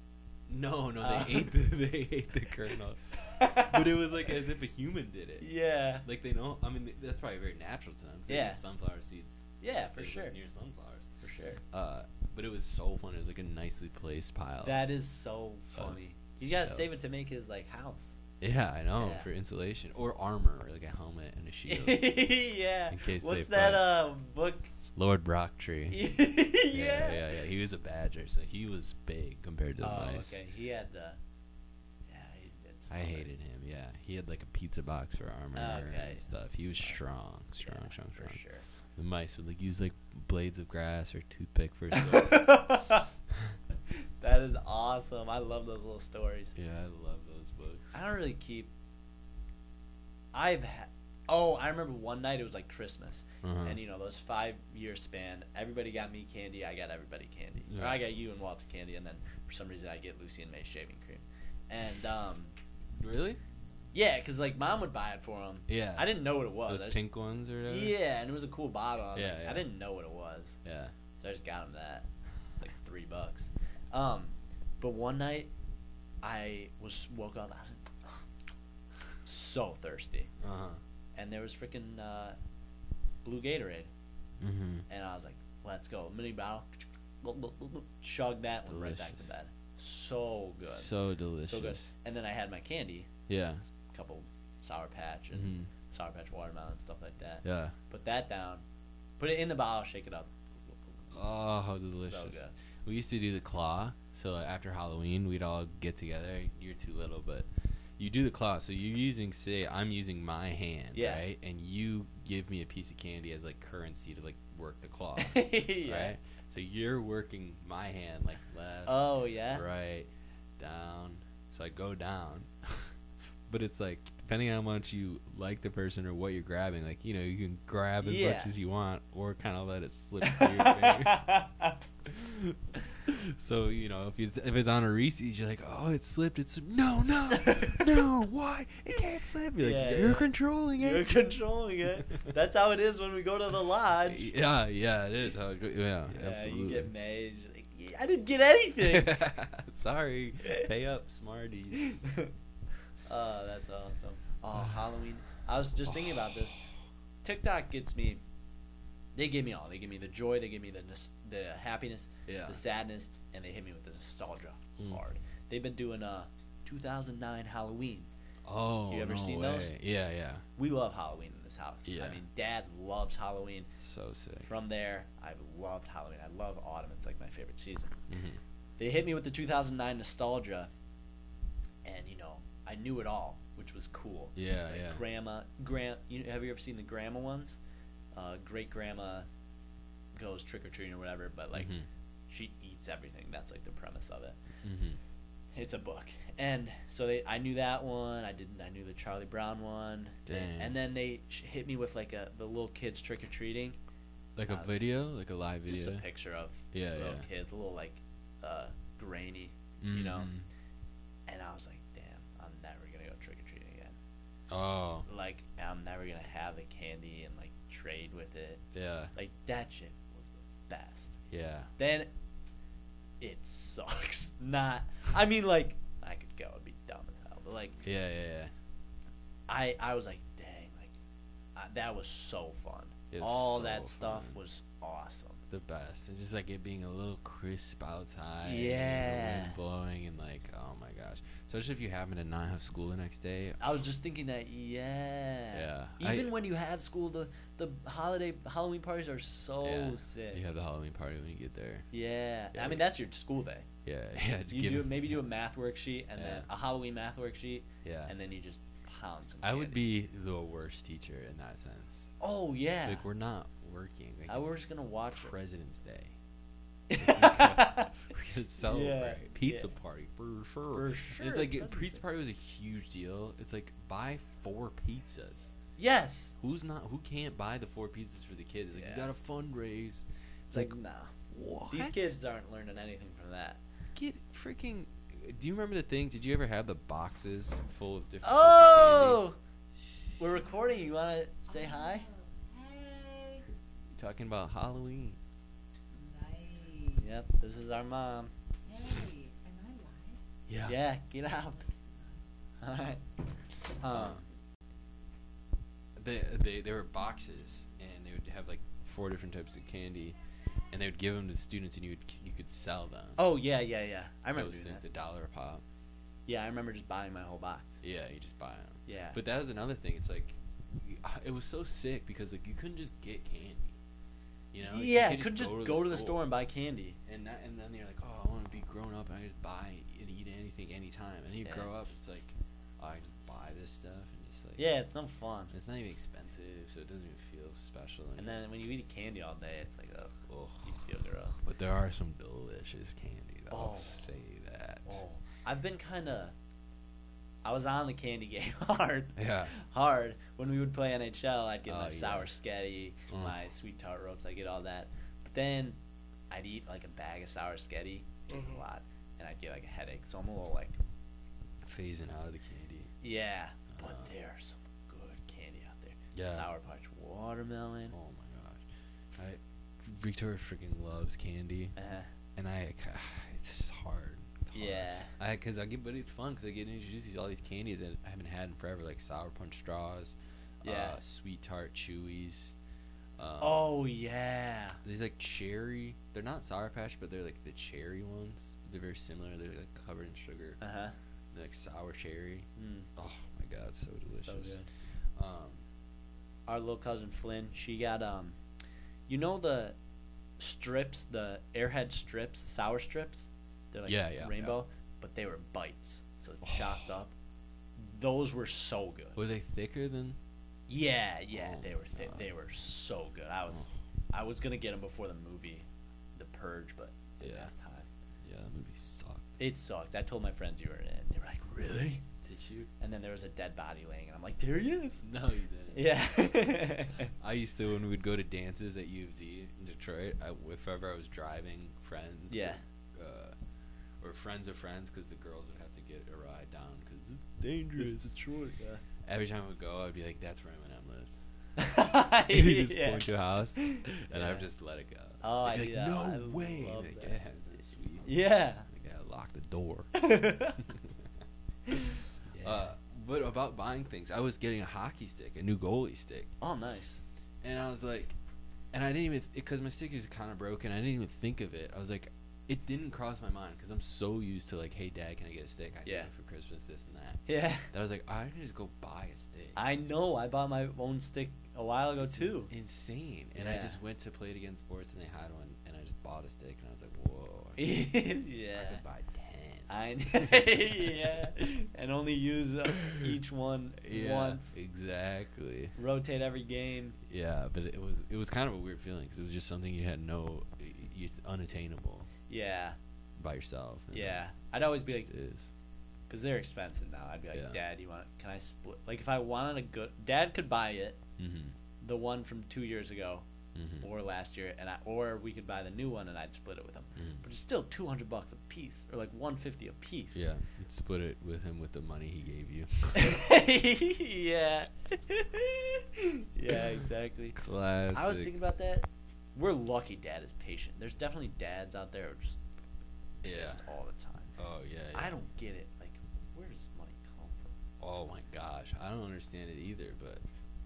[SPEAKER 2] no, no, they
[SPEAKER 1] Uh.
[SPEAKER 2] ate the they ate the kernel, but it was like as if a human did it.
[SPEAKER 1] Yeah.
[SPEAKER 2] Like they don't. I mean, that's probably very natural to them. 'cause they eat
[SPEAKER 1] Yeah.
[SPEAKER 2] sunflower seeds.
[SPEAKER 1] Yeah, for
[SPEAKER 2] they live
[SPEAKER 1] sure.
[SPEAKER 2] Near sunflowers.
[SPEAKER 1] For sure.
[SPEAKER 2] Uh, but it was so fun. It was like a nicely placed pile.
[SPEAKER 1] That is so
[SPEAKER 2] Oh,
[SPEAKER 1] funny. He's gotta save
[SPEAKER 2] shells.
[SPEAKER 1] it to make his like house.
[SPEAKER 2] yeah, I know
[SPEAKER 1] Yeah.
[SPEAKER 2] for insulation or armor, or like a helmet and a shield.
[SPEAKER 1] yeah.
[SPEAKER 2] In case
[SPEAKER 1] What's
[SPEAKER 2] they
[SPEAKER 1] that
[SPEAKER 2] fight.
[SPEAKER 1] uh book?
[SPEAKER 2] Lord Brocktree.
[SPEAKER 1] yeah.
[SPEAKER 2] yeah, yeah, yeah. He was a badger, so he was big compared to the
[SPEAKER 1] Oh,
[SPEAKER 2] mice.
[SPEAKER 1] okay. He had the. Yeah. He, it's
[SPEAKER 2] I
[SPEAKER 1] not bad.
[SPEAKER 2] hated him. Yeah, he had like a pizza box for armor
[SPEAKER 1] Oh, Okay.
[SPEAKER 2] and stuff. He was
[SPEAKER 1] Sorry.
[SPEAKER 2] strong, strong,
[SPEAKER 1] Yeah,
[SPEAKER 2] strong, strong.
[SPEAKER 1] For sure.
[SPEAKER 2] The mice would like use like blades of grass or toothpick for. soap.
[SPEAKER 1] that is awesome. I love those little stories.
[SPEAKER 2] yeah, I love those books.
[SPEAKER 1] I don't really keep. I've ha- oh, I remember one night it was like Christmas,
[SPEAKER 2] Uh-huh.
[SPEAKER 1] and you know those five year span, everybody got me candy, I got everybody candy, or
[SPEAKER 2] Yeah.
[SPEAKER 1] I got you and Walter candy, and then for some reason I get Lucy and May shaving cream, and um,
[SPEAKER 2] Really?
[SPEAKER 1] yeah, cause like mom would buy it for them.
[SPEAKER 2] Yeah.
[SPEAKER 1] I didn't know what it was.
[SPEAKER 2] Those
[SPEAKER 1] I just-
[SPEAKER 2] pink ones or whatever.
[SPEAKER 1] yeah, and it was a cool bottle. I, was
[SPEAKER 2] Yeah,
[SPEAKER 1] like,
[SPEAKER 2] yeah.
[SPEAKER 1] I didn't know what it was.
[SPEAKER 2] Yeah.
[SPEAKER 1] So I just got him that. It's like three bucks. Um, but one night, I was woke up. I was so thirsty,
[SPEAKER 2] Uh huh.
[SPEAKER 1] and there was freaking uh, blue Gatorade,
[SPEAKER 2] Mm-hmm.
[SPEAKER 1] and I was like, "Let's go, mini bottle." Chug that one right back to
[SPEAKER 2] Delicious.
[SPEAKER 1] bed. So good, so,
[SPEAKER 2] So delicious.
[SPEAKER 1] good. And then I had my candy,
[SPEAKER 2] Yeah.
[SPEAKER 1] a couple sour patch and
[SPEAKER 2] Mm-hmm.
[SPEAKER 1] sour patch watermelon stuff like that.
[SPEAKER 2] Yeah.
[SPEAKER 1] Put that down, put it in the bottle, shake it up.
[SPEAKER 2] Oh, how delicious.
[SPEAKER 1] So good.
[SPEAKER 2] We used to do the claw. So like, after Halloween, we'd all get together. You're too little, but you do the claw. So you're using, say, I'm using my hand,
[SPEAKER 1] Yeah.
[SPEAKER 2] right? And you give me a piece of candy as like currency to like work the claw,
[SPEAKER 1] yeah.
[SPEAKER 2] right? So you're working my hand like left,
[SPEAKER 1] Oh yeah.
[SPEAKER 2] right, down. So I go down, but it's like depending on how much you like the person or what you're grabbing, like you know, you can grab as
[SPEAKER 1] Yeah.
[SPEAKER 2] much as you want or kind of let it slip through your fingers. So you know, if it's if it's on a Reese's, you're like, oh, it slipped. It's no, no, no. Why it can't slip? You're like,
[SPEAKER 1] Yeah,
[SPEAKER 2] you're
[SPEAKER 1] yeah.
[SPEAKER 2] controlling
[SPEAKER 1] You're
[SPEAKER 2] it.
[SPEAKER 1] controlling it. That's how it is when we go to the lodge.
[SPEAKER 2] yeah, yeah, it is. How it go- yeah,
[SPEAKER 1] Yeah,
[SPEAKER 2] absolutely.
[SPEAKER 1] you get made. Like, "Yeah, I didn't get anything.
[SPEAKER 2] Sorry, pay up, Smarties.
[SPEAKER 1] oh, that's awesome. Oh, Halloween. I was just thinking about this. TikTok gets me. They give me all. They give me the joy. They give me the nos- the happiness,
[SPEAKER 2] Yeah.
[SPEAKER 1] the sadness, and they hit me with the nostalgia
[SPEAKER 2] Mm.
[SPEAKER 1] hard. They've been doing uh 2009 Halloween.
[SPEAKER 2] Oh,
[SPEAKER 1] You ever
[SPEAKER 2] no
[SPEAKER 1] seen
[SPEAKER 2] way.
[SPEAKER 1] those?
[SPEAKER 2] Yeah, yeah.
[SPEAKER 1] We love Halloween in this house. I
[SPEAKER 2] Yeah.
[SPEAKER 1] mean, Dad loves Halloween.
[SPEAKER 2] So sick.
[SPEAKER 1] From there, I've loved Halloween. I love autumn. It's like my favorite season.
[SPEAKER 2] Mhm.
[SPEAKER 1] They hit me with the 2009 nostalgia, and you know, I knew it all, which was cool.
[SPEAKER 2] Yeah,
[SPEAKER 1] It's like
[SPEAKER 2] yeah.
[SPEAKER 1] Grandma, grand. You have you ever seen the grandma ones? Uh, Great grandma goes trick or treating or whatever, but like
[SPEAKER 2] Mhm.
[SPEAKER 1] she eats everything. That's like the premise of it.
[SPEAKER 2] Mhm.
[SPEAKER 1] It's a book, and so they, I knew that one. I didn't. I knew the Charlie Brown one.
[SPEAKER 2] Damn.
[SPEAKER 1] And then they sh- hit me with like a the little kids trick or treating.
[SPEAKER 2] Like a
[SPEAKER 1] Uh,
[SPEAKER 2] video, like a live
[SPEAKER 1] just
[SPEAKER 2] video.
[SPEAKER 1] a picture of
[SPEAKER 2] Yeah,
[SPEAKER 1] little
[SPEAKER 2] yeah.
[SPEAKER 1] kids, a little like uh, grainy, you know.
[SPEAKER 2] Mhm.
[SPEAKER 1] And I was like, damn, I'm never gonna go trick or treating again.
[SPEAKER 2] Oh,
[SPEAKER 1] Like, I'm never gonna have the candy and like trade with it.
[SPEAKER 2] yeah,
[SPEAKER 1] Like that shit was the best.
[SPEAKER 2] yeah.
[SPEAKER 1] Then it sucks. Not. I mean, like I could go and be dumb as hell, but like
[SPEAKER 2] Yeah, yeah, yeah.
[SPEAKER 1] I, I was like, dang, like I, that was so fun.
[SPEAKER 2] It was
[SPEAKER 1] All
[SPEAKER 2] so
[SPEAKER 1] that stuff
[SPEAKER 2] fun.
[SPEAKER 1] was awesome.
[SPEAKER 2] the best. And just like it being a little crisp outside. And the
[SPEAKER 1] Yeah.
[SPEAKER 2] wind blowing and like, oh my gosh. Especially if you happen to not have school the next day.
[SPEAKER 1] I was just thinking that, yeah.
[SPEAKER 2] Yeah, I-
[SPEAKER 1] Even when you have school, the the holiday Halloween parties are so
[SPEAKER 2] Yeah,
[SPEAKER 1] Oh, sick.
[SPEAKER 2] You have the Halloween party when you get there.
[SPEAKER 1] Yeah.
[SPEAKER 2] Yeah,
[SPEAKER 1] I mean
[SPEAKER 2] yeah.
[SPEAKER 1] that's your school day.
[SPEAKER 2] Yeah, yeah.
[SPEAKER 1] You do maybe do a math worksheet and then
[SPEAKER 2] Yeah.
[SPEAKER 1] a Halloween math worksheet,
[SPEAKER 2] Yeah.
[SPEAKER 1] and then you just pound some.
[SPEAKER 2] I would
[SPEAKER 1] candy.
[SPEAKER 2] be the worst teacher in that sense.
[SPEAKER 1] Oh yeah.
[SPEAKER 2] Like we're not working. Like
[SPEAKER 1] I
[SPEAKER 2] it's
[SPEAKER 1] we're just gonna watch it.
[SPEAKER 2] President's Day. we gotta celebrate pizza party for sure.
[SPEAKER 1] for
[SPEAKER 2] And
[SPEAKER 1] sure.
[SPEAKER 2] it's like
[SPEAKER 1] it's
[SPEAKER 2] a
[SPEAKER 1] gotta be
[SPEAKER 2] pizza
[SPEAKER 1] so.
[SPEAKER 2] party was a huge deal. It's like buy four pizzas.
[SPEAKER 1] Yes.
[SPEAKER 2] Who's not? Who can't buy the four pizzas for the kids? Like
[SPEAKER 1] Yeah.
[SPEAKER 2] you gotta fundraise. It's like
[SPEAKER 1] nah.
[SPEAKER 2] what?
[SPEAKER 1] These kids aren't learning anything from that.
[SPEAKER 2] get freaking. Do you remember the thing? Did you ever have the boxes full of different? types of
[SPEAKER 1] Oh,
[SPEAKER 2] candies?
[SPEAKER 1] we're recording. You wanna say hi?
[SPEAKER 4] Hey.
[SPEAKER 2] talking about Halloween.
[SPEAKER 4] Nice.
[SPEAKER 1] Yep. This is our mom.
[SPEAKER 4] Hey, am I live?
[SPEAKER 1] Yeah. get out. All right. Um.
[SPEAKER 2] They, they they were boxes, and they would have like four different types of candy, and they would give them to students, and you would you could sell them.
[SPEAKER 1] Oh yeah, yeah, yeah. I remember
[SPEAKER 2] those
[SPEAKER 1] doing
[SPEAKER 2] things
[SPEAKER 1] that.
[SPEAKER 2] a dollar a pop.
[SPEAKER 1] Yeah, I remember just buying my whole box.
[SPEAKER 2] Yeah, you just buy them.
[SPEAKER 1] Yeah.
[SPEAKER 2] But that was another thing. It's like y- ah, it was so sick because like you couldn't just get candy. You know? Like, you
[SPEAKER 1] yeah,
[SPEAKER 2] could
[SPEAKER 1] could just go, to the store and buy candy.
[SPEAKER 2] and not, and then you're like, oh, I want to be grown up and I just buy and eat anything anytime. And then you
[SPEAKER 1] Yeah.
[SPEAKER 2] grow up, it's like, oh, I just buy this stuff and just like
[SPEAKER 1] Yeah, it's no fun.
[SPEAKER 2] It's not even expensive, so it doesn't even feel special.
[SPEAKER 1] And
[SPEAKER 2] anymore.
[SPEAKER 1] then when you eat candy all day, it's like, oh,
[SPEAKER 2] Ugh.
[SPEAKER 1] you feel gross.
[SPEAKER 2] but there are some delicious candies. I'll
[SPEAKER 1] Oh.
[SPEAKER 2] say that.
[SPEAKER 1] Oh, I've been kind of. I was on the candy game hard,
[SPEAKER 2] Yeah.
[SPEAKER 1] hard. When we would play NHL, I'd get
[SPEAKER 2] Oh,
[SPEAKER 1] my
[SPEAKER 2] yeah.
[SPEAKER 1] sour sketty,
[SPEAKER 2] Mm.
[SPEAKER 1] my sweet tart ropes. I get all that, but then I'd eat like a bag of sour sketty, which is
[SPEAKER 2] Mm-hmm.
[SPEAKER 3] Mhm.
[SPEAKER 1] a lot, and I'd get like a headache. So I'm a little like,
[SPEAKER 2] Phasing out of the candy.
[SPEAKER 1] yeah, but
[SPEAKER 2] Uh.
[SPEAKER 1] there are some good candy out there.
[SPEAKER 2] Yeah.
[SPEAKER 1] Sour punch, watermelon.
[SPEAKER 2] Oh my gosh. I Victoria freaking loves candy,
[SPEAKER 1] Uh-huh.
[SPEAKER 2] and I it's just hard. It's hard.
[SPEAKER 1] Yeah.
[SPEAKER 2] I because I get, but it's fun because I get introduced to all these candies that I haven't had in forever, like sour punch straws,
[SPEAKER 1] Yeah.
[SPEAKER 2] uh, sweet tart chewies. Um,
[SPEAKER 1] Oh yeah.
[SPEAKER 2] There's like cherry. They're not sour patch, but they're like the cherry ones. They're very similar. They're like covered in sugar.
[SPEAKER 1] Uh huh.
[SPEAKER 2] They're like sour cherry.
[SPEAKER 1] Mm,
[SPEAKER 2] Oh my god, it's so delicious.
[SPEAKER 1] so good.
[SPEAKER 2] Um,
[SPEAKER 1] Our little cousin Flynn, she got um, you know the strips, the Airhead strips, sour strips. They're like
[SPEAKER 2] Yeah, yeah, Oh. yeah.
[SPEAKER 1] rainbow, but they were bites, so chopped up. Those were so good.
[SPEAKER 2] were they thicker than?
[SPEAKER 1] Yeah, yeah,
[SPEAKER 2] Oh
[SPEAKER 1] they were thi-
[SPEAKER 2] God.
[SPEAKER 1] they were so good. I was I was gonna get them before the movie, The Purge, but didn't
[SPEAKER 2] Yeah.
[SPEAKER 1] have time.
[SPEAKER 2] Yeah, that movie sucked.
[SPEAKER 1] It sucked. I told my friends you were in it. and They were like, really?
[SPEAKER 2] Did you?
[SPEAKER 1] And then there was a dead body laying, and I'm like, there he is.
[SPEAKER 2] No, you didn't.
[SPEAKER 1] Yeah.
[SPEAKER 2] I used to when we'd go to dances at U of D in Detroit. I, if ever I was driving friends,
[SPEAKER 1] Yeah.
[SPEAKER 2] or, uh, or friends of friends, because the girls would have to get a ride down because it's dangerous.
[SPEAKER 1] Detroit.
[SPEAKER 2] Every time I would go, I'd be like, "That's where Eminem lives."
[SPEAKER 1] Yeah.
[SPEAKER 2] And you just point to a house, and
[SPEAKER 1] Yeah.
[SPEAKER 2] I'd just let it go.
[SPEAKER 1] Oh,
[SPEAKER 2] I'd
[SPEAKER 1] I
[SPEAKER 2] be
[SPEAKER 1] do
[SPEAKER 2] like,
[SPEAKER 1] that.
[SPEAKER 2] "No
[SPEAKER 1] I
[SPEAKER 2] way!"
[SPEAKER 1] love
[SPEAKER 2] Like,
[SPEAKER 1] that.
[SPEAKER 2] yeah, that's sweet.
[SPEAKER 1] Yeah.
[SPEAKER 2] Like, I locked the door.
[SPEAKER 1] Yeah.
[SPEAKER 2] Uh, but about buying things, I was getting a hockey stick, a new goalie stick.
[SPEAKER 1] oh, nice.
[SPEAKER 2] and I was like, and I didn't even because my stick is kind of broken. I didn't even think of it. I was like, it didn't cross my mind because I'm so used to like, hey dad, can I get a stick? I need
[SPEAKER 1] Yeah.
[SPEAKER 2] it for Christmas, this and that.
[SPEAKER 1] Yeah.
[SPEAKER 2] That I was like, I can just go buy a stick.
[SPEAKER 1] I know. I bought my own stick a while ago too.
[SPEAKER 2] Insane. And I
[SPEAKER 1] Yeah.
[SPEAKER 2] just went to play it against sports, and they had one, and I just bought a stick, and I was like, whoa. I could- I
[SPEAKER 1] yeah.
[SPEAKER 2] could buy ten.
[SPEAKER 1] I yeah. And only use uh, each one
[SPEAKER 2] yeah,
[SPEAKER 1] once.
[SPEAKER 2] exactly.
[SPEAKER 1] Rotate every game.
[SPEAKER 2] Yeah, but it was it was kind of a weird feeling because it was just something you had no, it's unattainable
[SPEAKER 1] Yeah.
[SPEAKER 2] by yourself. and
[SPEAKER 1] Yeah. I'd always
[SPEAKER 2] it
[SPEAKER 1] be like,
[SPEAKER 2] just is.
[SPEAKER 1] because they're expensive now. I'd be like,
[SPEAKER 2] Yeah.
[SPEAKER 1] Dad, you want? Can I split? Like, if I wanted a good, Dad could buy it,
[SPEAKER 2] Mm-hmm.
[SPEAKER 1] the one from two years ago
[SPEAKER 2] Mm-hmm.
[SPEAKER 1] or last year, and I, or we could buy the new one and I'd split it with him.
[SPEAKER 2] Mm.
[SPEAKER 1] But it's still two hundred bucks a piece, or like one fifty a piece.
[SPEAKER 2] Yeah, you'd split it with him with the money he gave you.
[SPEAKER 1] yeah. yeah. Exactly.
[SPEAKER 2] Classic.
[SPEAKER 1] I was thinking about that. We're lucky Dad is patient. There's definitely dads out there who just
[SPEAKER 2] Yeah.
[SPEAKER 1] just all the time.
[SPEAKER 2] oh yeah. yeah.
[SPEAKER 1] I don't get it. Like, where does money come from?
[SPEAKER 2] oh my gosh, I don't understand it either. But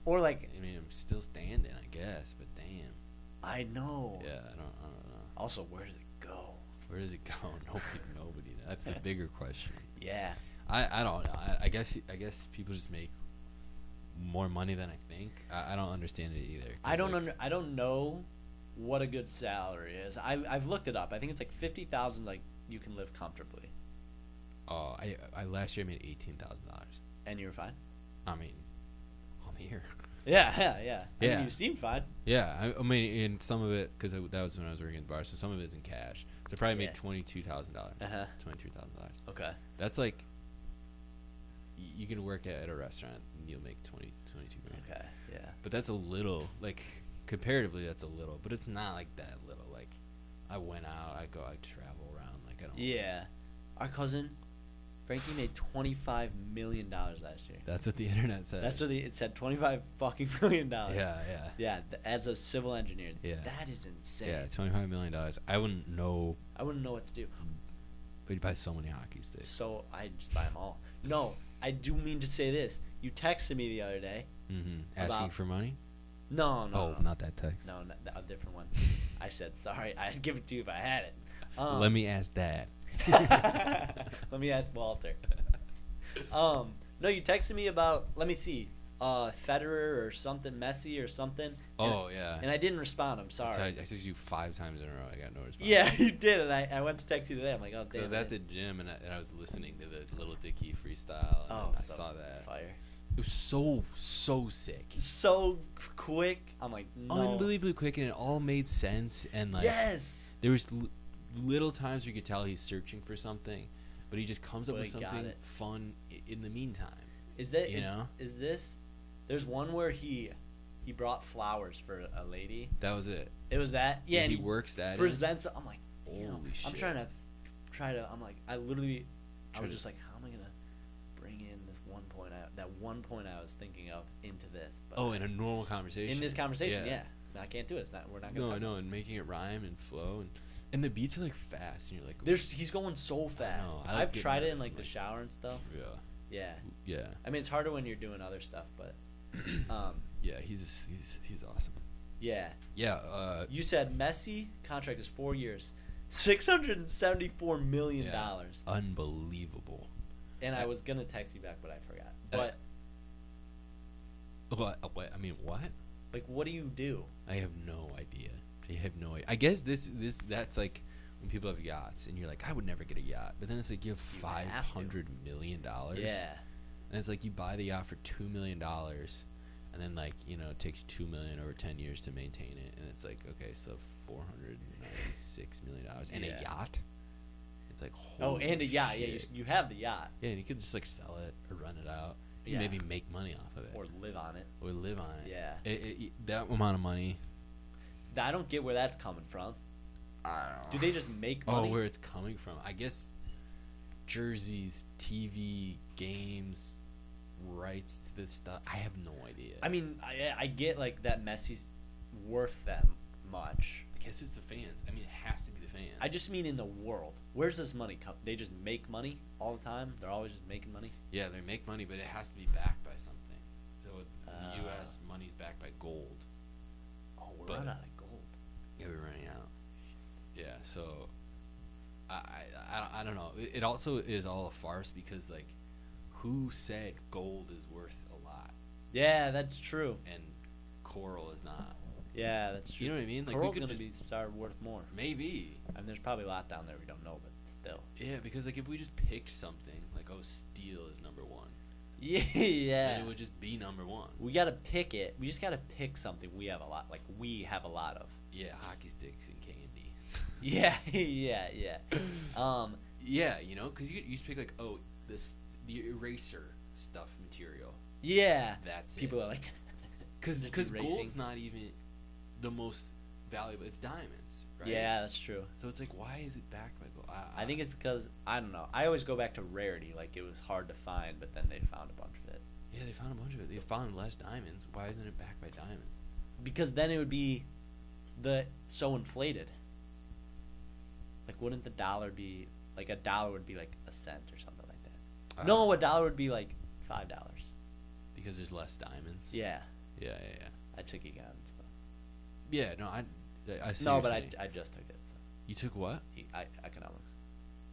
[SPEAKER 1] Or like,
[SPEAKER 2] I mean, I'm still standing, I guess. But damn.
[SPEAKER 1] I know.
[SPEAKER 2] Yeah, I don't. I don't know.
[SPEAKER 1] Also, where does it go?
[SPEAKER 2] Where does it go? Nobody. nobody. knows. That's the bigger question.
[SPEAKER 1] Yeah.
[SPEAKER 2] I, I don't know. I, I guess I guess people just make more money than I think. I, I don't understand it either. 'cause,
[SPEAKER 1] I don't
[SPEAKER 2] like,
[SPEAKER 1] under, I don't know what a good salary is. I I've looked it up. I think it's like 50,000 like you can live comfortably.
[SPEAKER 2] Oh, I, I last year I made eighteen thousand dollars.
[SPEAKER 1] And you're fine.
[SPEAKER 2] I mean, I'm here.
[SPEAKER 1] Yeah, yeah, yeah. I
[SPEAKER 2] Yeah.
[SPEAKER 1] mean, you seem fine.
[SPEAKER 2] Yeah, I, I mean, and some of it because that was when I was working at the bar, so some of it's in cash. So I probably
[SPEAKER 1] Yeah.
[SPEAKER 2] made twenty two thousand dollars,
[SPEAKER 1] Uh huh.
[SPEAKER 2] twenty three thousand dollars.
[SPEAKER 1] Okay.
[SPEAKER 2] That's like y- you can work at, at a restaurant and you'll make 20, 22 grand.
[SPEAKER 1] Okay. Yeah.
[SPEAKER 2] But that's a little, like comparatively, that's a little, but it's not like that little. Like I went out, I go, I travel around, like I don't.
[SPEAKER 1] Yeah. Our cousin Frankie made twenty five million dollars last year.
[SPEAKER 2] That's what the internet said.
[SPEAKER 1] That's what the, it said. Twenty five fucking million dollars.
[SPEAKER 2] Yeah, yeah.
[SPEAKER 1] Yeah. th- as a civil engineer.
[SPEAKER 2] Yeah.
[SPEAKER 1] That is insane.
[SPEAKER 2] Yeah, twenty five million dollars. I wouldn't know.
[SPEAKER 1] I wouldn't know what to do.
[SPEAKER 2] We'd buy so many hockey sticks.
[SPEAKER 1] So I just buy them all. No, I do mean to say this. You texted me the other day.
[SPEAKER 2] Mm-hmm. Asking
[SPEAKER 1] About-
[SPEAKER 2] for money?
[SPEAKER 1] No, no.
[SPEAKER 2] oh,
[SPEAKER 1] no.
[SPEAKER 2] not that text.
[SPEAKER 1] No, not, a different one. I said sorry. I'd give it to you if I had it. Um,
[SPEAKER 2] Let me ask that.
[SPEAKER 1] let me ask Walter. Um, no, you texted me about. Let me see. Uh, Federer or something, Messi or something. and-
[SPEAKER 2] Oh yeah.
[SPEAKER 1] And I didn't respond. I'm
[SPEAKER 2] I,
[SPEAKER 1] sorry.
[SPEAKER 2] texted you five times in a row. I got no response.
[SPEAKER 1] Yeah, you did, and I, I went to text you today. I'm like, oh damn.
[SPEAKER 2] So I was at the
[SPEAKER 1] man.
[SPEAKER 2] gym and I, and I was listening to the Little Dicky freestyle. And
[SPEAKER 1] Oh,
[SPEAKER 2] I
[SPEAKER 1] so
[SPEAKER 2] saw that.
[SPEAKER 1] fire.
[SPEAKER 2] It was so so sick,
[SPEAKER 1] So c- quick. I'm like, no.
[SPEAKER 2] unbelievably quick, and it all made sense. And like
[SPEAKER 1] Yes.
[SPEAKER 2] there was l- little times where you could tell he's searching for something, but he just comes up
[SPEAKER 1] But
[SPEAKER 2] with
[SPEAKER 1] he got
[SPEAKER 2] something
[SPEAKER 1] it.
[SPEAKER 2] fun i- in the meantime.
[SPEAKER 1] Is that
[SPEAKER 2] you
[SPEAKER 1] is-
[SPEAKER 2] know?
[SPEAKER 1] is this? There's one where he he brought flowers for a lady.
[SPEAKER 2] That was it.
[SPEAKER 1] It was that. Yeah, and
[SPEAKER 2] he
[SPEAKER 1] he
[SPEAKER 2] works that. in.
[SPEAKER 1] presents. I'm like, damn.
[SPEAKER 2] Holy
[SPEAKER 1] I'm
[SPEAKER 2] shit.
[SPEAKER 1] trying to try to. I'm like, I literally, I
[SPEAKER 2] Try
[SPEAKER 1] was
[SPEAKER 2] to-
[SPEAKER 1] just like, how am I gonna bring in this one point? I, that one point I was thinking of into this. But
[SPEAKER 2] Oh, in a normal conversation.
[SPEAKER 1] in this conversation, yeah.
[SPEAKER 2] yeah.
[SPEAKER 1] No, I can't do it. It's not. We're not gonna.
[SPEAKER 2] No,
[SPEAKER 1] talk about
[SPEAKER 2] no, and making it rhyme and flow, and and the beats are like fast, and you're like,
[SPEAKER 1] it. There's he's going so fast.
[SPEAKER 2] know, I like
[SPEAKER 1] I've
[SPEAKER 2] getting
[SPEAKER 1] tried it in
[SPEAKER 2] nervous,
[SPEAKER 1] like
[SPEAKER 2] I'm
[SPEAKER 1] the
[SPEAKER 2] like-
[SPEAKER 1] shower and stuff.
[SPEAKER 2] yeah,
[SPEAKER 1] Yeah.
[SPEAKER 2] yeah,
[SPEAKER 1] I mean, it's harder when you're doing other stuff, but um,
[SPEAKER 2] yeah. He's just, he's he's awesome.
[SPEAKER 1] yeah.
[SPEAKER 2] Yeah, uh,
[SPEAKER 1] You said Messi contract is four years, six hundred and seventy-four million dollars,
[SPEAKER 2] unbelievable.
[SPEAKER 1] and I
[SPEAKER 2] I-
[SPEAKER 1] was gonna text you back, but I forgot.
[SPEAKER 2] Uh,
[SPEAKER 1] But
[SPEAKER 2] What, what? uh, I mean, what?
[SPEAKER 1] like, what do you do?
[SPEAKER 2] I have no idea. I have no idea. I guess this this that's like when people have yachts and you're like, I would never get a yacht, but then it's like you have
[SPEAKER 1] You
[SPEAKER 2] five
[SPEAKER 1] have to.
[SPEAKER 2] hundred million dollars.
[SPEAKER 1] Yeah.
[SPEAKER 2] and it's like you buy the yacht for two million dollars, and then like you know it takes two million over ten years to maintain it, and it's like okay, so four hundred ninety six million dollars and
[SPEAKER 1] Yeah.
[SPEAKER 2] a yacht. It's like
[SPEAKER 1] Oh, and a
[SPEAKER 2] holy
[SPEAKER 1] yacht. Yeah, you,
[SPEAKER 2] shit.
[SPEAKER 1] you have the yacht
[SPEAKER 2] yeah, and you could just like sell it or rent it out. You
[SPEAKER 1] Yeah.
[SPEAKER 2] maybe make money off of it
[SPEAKER 1] or live on it.
[SPEAKER 2] or live on it.
[SPEAKER 1] Yeah.
[SPEAKER 2] It- it- that amount of money.
[SPEAKER 1] Th- I don't get where that's coming from.
[SPEAKER 2] I don't
[SPEAKER 1] Do they just make
[SPEAKER 2] Oh,
[SPEAKER 1] money?
[SPEAKER 2] where it's coming from? I guess jerseys, TV, games, rights to this stuff. I have no idea.
[SPEAKER 1] I mean, I, I get like that Messi's worth that m- much.
[SPEAKER 2] I guess it's the fans. I mean, it has to be the fans.
[SPEAKER 1] I just mean in the world. Where's this money come? They just make money all the time. They're always just making money.
[SPEAKER 2] yeah, they make money, but it has to be backed by something. So it-
[SPEAKER 1] Ah.
[SPEAKER 2] the U.S. money's backed by gold.
[SPEAKER 1] Oh, we're
[SPEAKER 2] But-
[SPEAKER 1] running out of gold.
[SPEAKER 2] Yeah, we're running out. Yeah, so I I, I, don't- I don't know. It, it also is all a farce because like, who said gold is worth a lot
[SPEAKER 1] Yeah, that's true.
[SPEAKER 2] and coral is not?
[SPEAKER 1] Yeah, that's true.
[SPEAKER 2] You know what I mean? Like we
[SPEAKER 1] Coral's
[SPEAKER 2] could
[SPEAKER 1] gonna
[SPEAKER 2] just-
[SPEAKER 1] be start worth more.
[SPEAKER 2] Maybe.
[SPEAKER 1] I mean, there's probably a lot down there we don't know, but still.
[SPEAKER 2] Yeah, because like if we just picked something, like oh, steel is number one,
[SPEAKER 1] Yeah,
[SPEAKER 2] then
[SPEAKER 1] yeah.
[SPEAKER 2] it would just be number one.
[SPEAKER 1] We gotta pick it. We just gotta pick something we have a lot. Like we have a lot of.
[SPEAKER 2] Yeah, hockey sticks and candy.
[SPEAKER 1] Yeah, yeah, yeah. Um,
[SPEAKER 2] Yeah, you know, because you you just pick like oh, this the eraser stuff material.
[SPEAKER 1] yeah.
[SPEAKER 2] That's
[SPEAKER 1] People
[SPEAKER 2] it.
[SPEAKER 1] are like,
[SPEAKER 2] Because
[SPEAKER 1] just
[SPEAKER 2] because
[SPEAKER 1] erasing.
[SPEAKER 2] gold's not even the most valuable. It's diamonds, right?
[SPEAKER 1] yeah, that's true.
[SPEAKER 2] So it's like, why is it backed by gold?
[SPEAKER 1] I think it's because I don't know. I always go back to rarity. Like it was hard to find, but then they found a bunch of it.
[SPEAKER 2] yeah, they found a bunch of it. They found less diamonds. Why isn't it backed by diamonds?
[SPEAKER 1] Because then it would be, the so inflated. Like, wouldn't the dollar be like a dollar would be like a cent or something like that?
[SPEAKER 2] I don't
[SPEAKER 1] no,
[SPEAKER 2] know.
[SPEAKER 1] a dollar would be like five dollars.
[SPEAKER 2] Uh, because there's less diamonds.
[SPEAKER 1] Yeah,
[SPEAKER 2] Yeah, yeah, yeah.
[SPEAKER 1] I took econ. So.
[SPEAKER 2] Yeah, no, I, I see.
[SPEAKER 1] No,
[SPEAKER 2] what
[SPEAKER 1] but
[SPEAKER 2] you're
[SPEAKER 1] I,
[SPEAKER 2] saying.
[SPEAKER 1] I just took it. So.
[SPEAKER 2] you took what?
[SPEAKER 1] E- I, economics.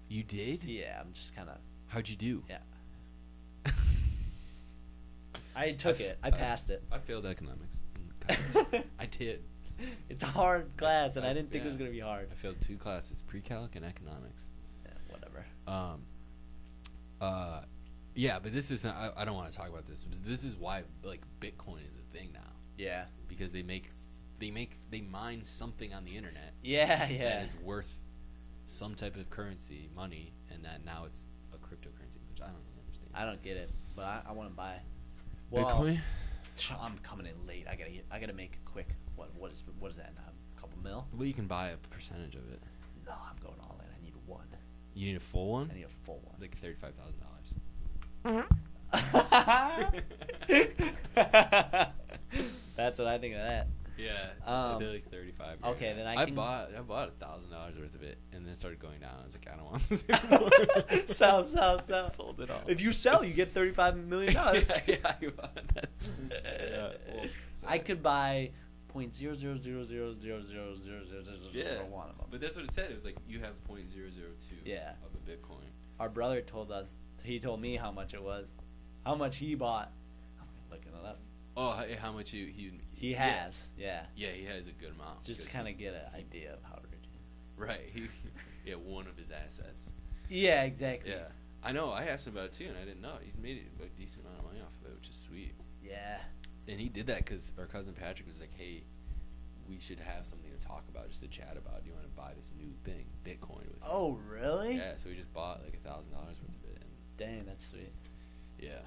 [SPEAKER 2] You did?
[SPEAKER 1] Yeah, I'm just kind of.
[SPEAKER 2] How'd you do?
[SPEAKER 1] Yeah. I took
[SPEAKER 2] f-
[SPEAKER 1] it. I
[SPEAKER 2] I f-
[SPEAKER 1] passed it.
[SPEAKER 2] I failed economics. in college. I did.
[SPEAKER 1] It's a hard class, and I,
[SPEAKER 2] I-
[SPEAKER 1] didn't think it
[SPEAKER 2] yeah.
[SPEAKER 1] was gonna be hard.
[SPEAKER 2] I failed two classes: pre-calc and economics.
[SPEAKER 1] Yeah, whatever.
[SPEAKER 2] Um. Uh, Yeah, but this is not, I, I don't want to talk about this. because This is why like Bitcoin is a thing now
[SPEAKER 1] Yeah.
[SPEAKER 2] because they make s- they make they mine something on the internet
[SPEAKER 1] Yeah, yeah.
[SPEAKER 2] that is worth some type of currency, money, and that now it's a cryptocurrency, which I don't really understand.
[SPEAKER 1] I don't get it, but I, I want to buy.
[SPEAKER 2] Bitcoin.
[SPEAKER 1] I'm coming in late. I gotta get, I gotta make a quick. What what is what is that? A couple mil?
[SPEAKER 2] Well, you can buy a percentage of it.
[SPEAKER 1] No, I'm going all in. I need one.
[SPEAKER 2] You need a full one,
[SPEAKER 1] I need a full one.
[SPEAKER 2] like thirty-five thousand dollars.
[SPEAKER 1] That's what I think of that.
[SPEAKER 2] Yeah,
[SPEAKER 1] Um,
[SPEAKER 2] they're like thirty-five.
[SPEAKER 1] okay, then I
[SPEAKER 2] I
[SPEAKER 1] can-
[SPEAKER 2] bought I bought a thousand dollars worth of it, and then it started going down. I was like, I don't want this anymore.
[SPEAKER 1] Sell, sell, sell.
[SPEAKER 2] I sold it all.
[SPEAKER 1] If you sell, you get thirty-five million dollars.
[SPEAKER 2] yeah, yeah, I bought that. Yeah, well,
[SPEAKER 1] I
[SPEAKER 2] sorry.
[SPEAKER 1] could buy point zero zero zero zero zero zero zero zero zero
[SPEAKER 2] Yeah,
[SPEAKER 1] zero one of them.
[SPEAKER 2] But that's what it said. It was like you have point zero zero two.
[SPEAKER 1] Yeah.
[SPEAKER 2] Of a Bitcoin.
[SPEAKER 1] Our brother told us. He told me how much it was, how much he bought. I'm looking it up.
[SPEAKER 2] Oh, how, how much you he
[SPEAKER 1] He
[SPEAKER 2] yeah.
[SPEAKER 1] has, yeah.
[SPEAKER 2] Yeah, he has a good amount.
[SPEAKER 1] Just to
[SPEAKER 2] because-
[SPEAKER 1] kind of get an idea of how rich. he
[SPEAKER 2] right. He, yeah, one of his assets.
[SPEAKER 1] is. Yeah, exactly.
[SPEAKER 2] Yeah, I know. I asked him about it too, and I didn't know. He's made a decent amount of money off of it, which is sweet.
[SPEAKER 1] Yeah.
[SPEAKER 2] And he did that because our cousin Patrick was like, "Hey, we should have something to talk about, just to chat about. Do you want to buy this new thing, Bitcoin?" With
[SPEAKER 1] Oh,
[SPEAKER 2] me?"
[SPEAKER 1] really?
[SPEAKER 2] yeah. So we just bought like a thousand dollars worth of it, and
[SPEAKER 1] Dang, that's sweet.
[SPEAKER 2] Yeah,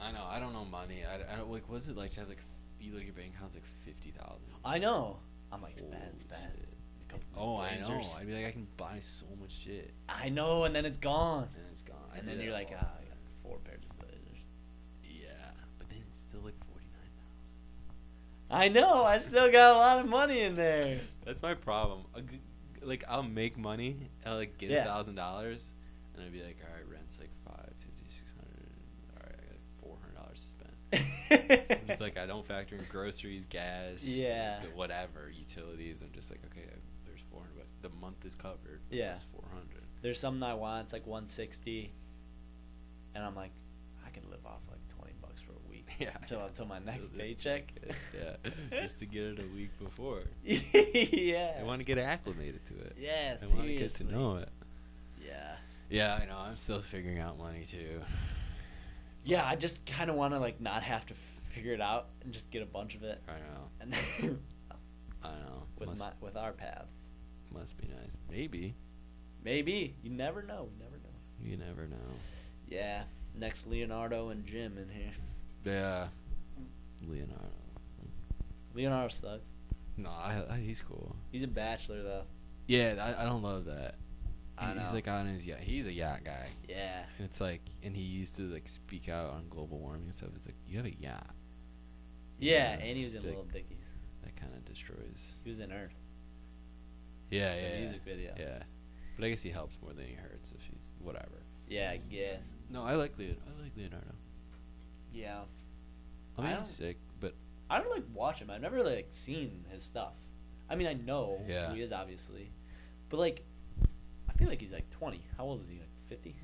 [SPEAKER 2] I know. I don't know money. I, I don't like. What's it like to have like f- you look at your bank account's like fifty thousand?
[SPEAKER 1] I know. I'm like, spend, spend. A couple
[SPEAKER 2] Oh, I know.
[SPEAKER 1] blazers.
[SPEAKER 2] I'd be like, I can buy so much shit,
[SPEAKER 1] I know, and then it's gone.
[SPEAKER 2] and it's gone. I
[SPEAKER 1] and
[SPEAKER 2] did
[SPEAKER 1] then
[SPEAKER 2] that
[SPEAKER 1] you're like,
[SPEAKER 2] all
[SPEAKER 1] ah, I
[SPEAKER 2] the
[SPEAKER 1] got
[SPEAKER 2] time.
[SPEAKER 1] four pairs of blazers.
[SPEAKER 2] yeah. But then it's still like forty nine thousand.
[SPEAKER 1] I know. I still got a lot of money in there.
[SPEAKER 2] That's my problem. A g- Like I'll make money, I'll like get
[SPEAKER 1] Yeah.
[SPEAKER 2] a thousand dollars, and I'd be like, all right, rent's like five fifty, six hundred. All right, I got four hundred dollars to spend. And it's like I don't factor in groceries, gas,
[SPEAKER 1] Yeah.
[SPEAKER 2] like, whatever utilities. I'm just like, okay, I- there's 400 bucks. The month is covered. but
[SPEAKER 1] Yeah.
[SPEAKER 2] it's 400.
[SPEAKER 1] There's something I want. It's like 160, and I'm like, I could live off like 20 bucks for a week
[SPEAKER 2] Yeah,
[SPEAKER 1] until until my next
[SPEAKER 2] the-
[SPEAKER 1] paycheck.
[SPEAKER 2] It's, yeah, just to get it a week before. I
[SPEAKER 1] yeah.
[SPEAKER 2] want to get acclimated to it.
[SPEAKER 1] yeah.
[SPEAKER 2] I
[SPEAKER 1] Seriously.
[SPEAKER 2] want to get to know it.
[SPEAKER 1] Yeah.
[SPEAKER 2] Yeah, I know. I'm still figuring out money too.
[SPEAKER 1] Yeah. I just kind of want to like not have to figure it out and just get a bunch of it,
[SPEAKER 2] I know.
[SPEAKER 1] and then
[SPEAKER 2] I know.
[SPEAKER 1] with
[SPEAKER 2] must,
[SPEAKER 1] my with our paths.
[SPEAKER 2] must be nice. Maybe
[SPEAKER 1] Maybe you never know. You never know.
[SPEAKER 2] you never know.
[SPEAKER 1] Yeah. Next Leonardo and Jim in here.
[SPEAKER 2] Yeah, Leonardo.
[SPEAKER 1] Leonardo sucks.
[SPEAKER 2] No, I, I, he's cool.
[SPEAKER 1] He's a bachelor though.
[SPEAKER 2] Yeah, I, I don't love that.
[SPEAKER 1] I
[SPEAKER 2] he's
[SPEAKER 1] know.
[SPEAKER 2] like on his yacht. He's a yacht guy.
[SPEAKER 1] Yeah.
[SPEAKER 2] And it's like, and he used to like speak out on global warming and stuff. It's like, you have a yacht.
[SPEAKER 1] Yeah,
[SPEAKER 2] Yeah,
[SPEAKER 1] and he was in
[SPEAKER 2] big.
[SPEAKER 1] Little Dickies.
[SPEAKER 2] That kind of destroys.
[SPEAKER 1] He was in Earth,
[SPEAKER 2] Yeah,
[SPEAKER 1] the
[SPEAKER 2] yeah,
[SPEAKER 1] music video.
[SPEAKER 2] yeah. But I guess he helps more than he hurts if he's whatever.
[SPEAKER 1] Yeah, I guess.
[SPEAKER 2] No, I like Leonardo. I like Leonardo.
[SPEAKER 1] Yeah.
[SPEAKER 2] I mean,
[SPEAKER 1] I
[SPEAKER 2] he's sick, but
[SPEAKER 1] I don't like watch him. I've never like seen his stuff. I mean, I know
[SPEAKER 2] Yeah.
[SPEAKER 1] who he is obviously, but like, I feel like he's like twenty. How old is he? Like fifty.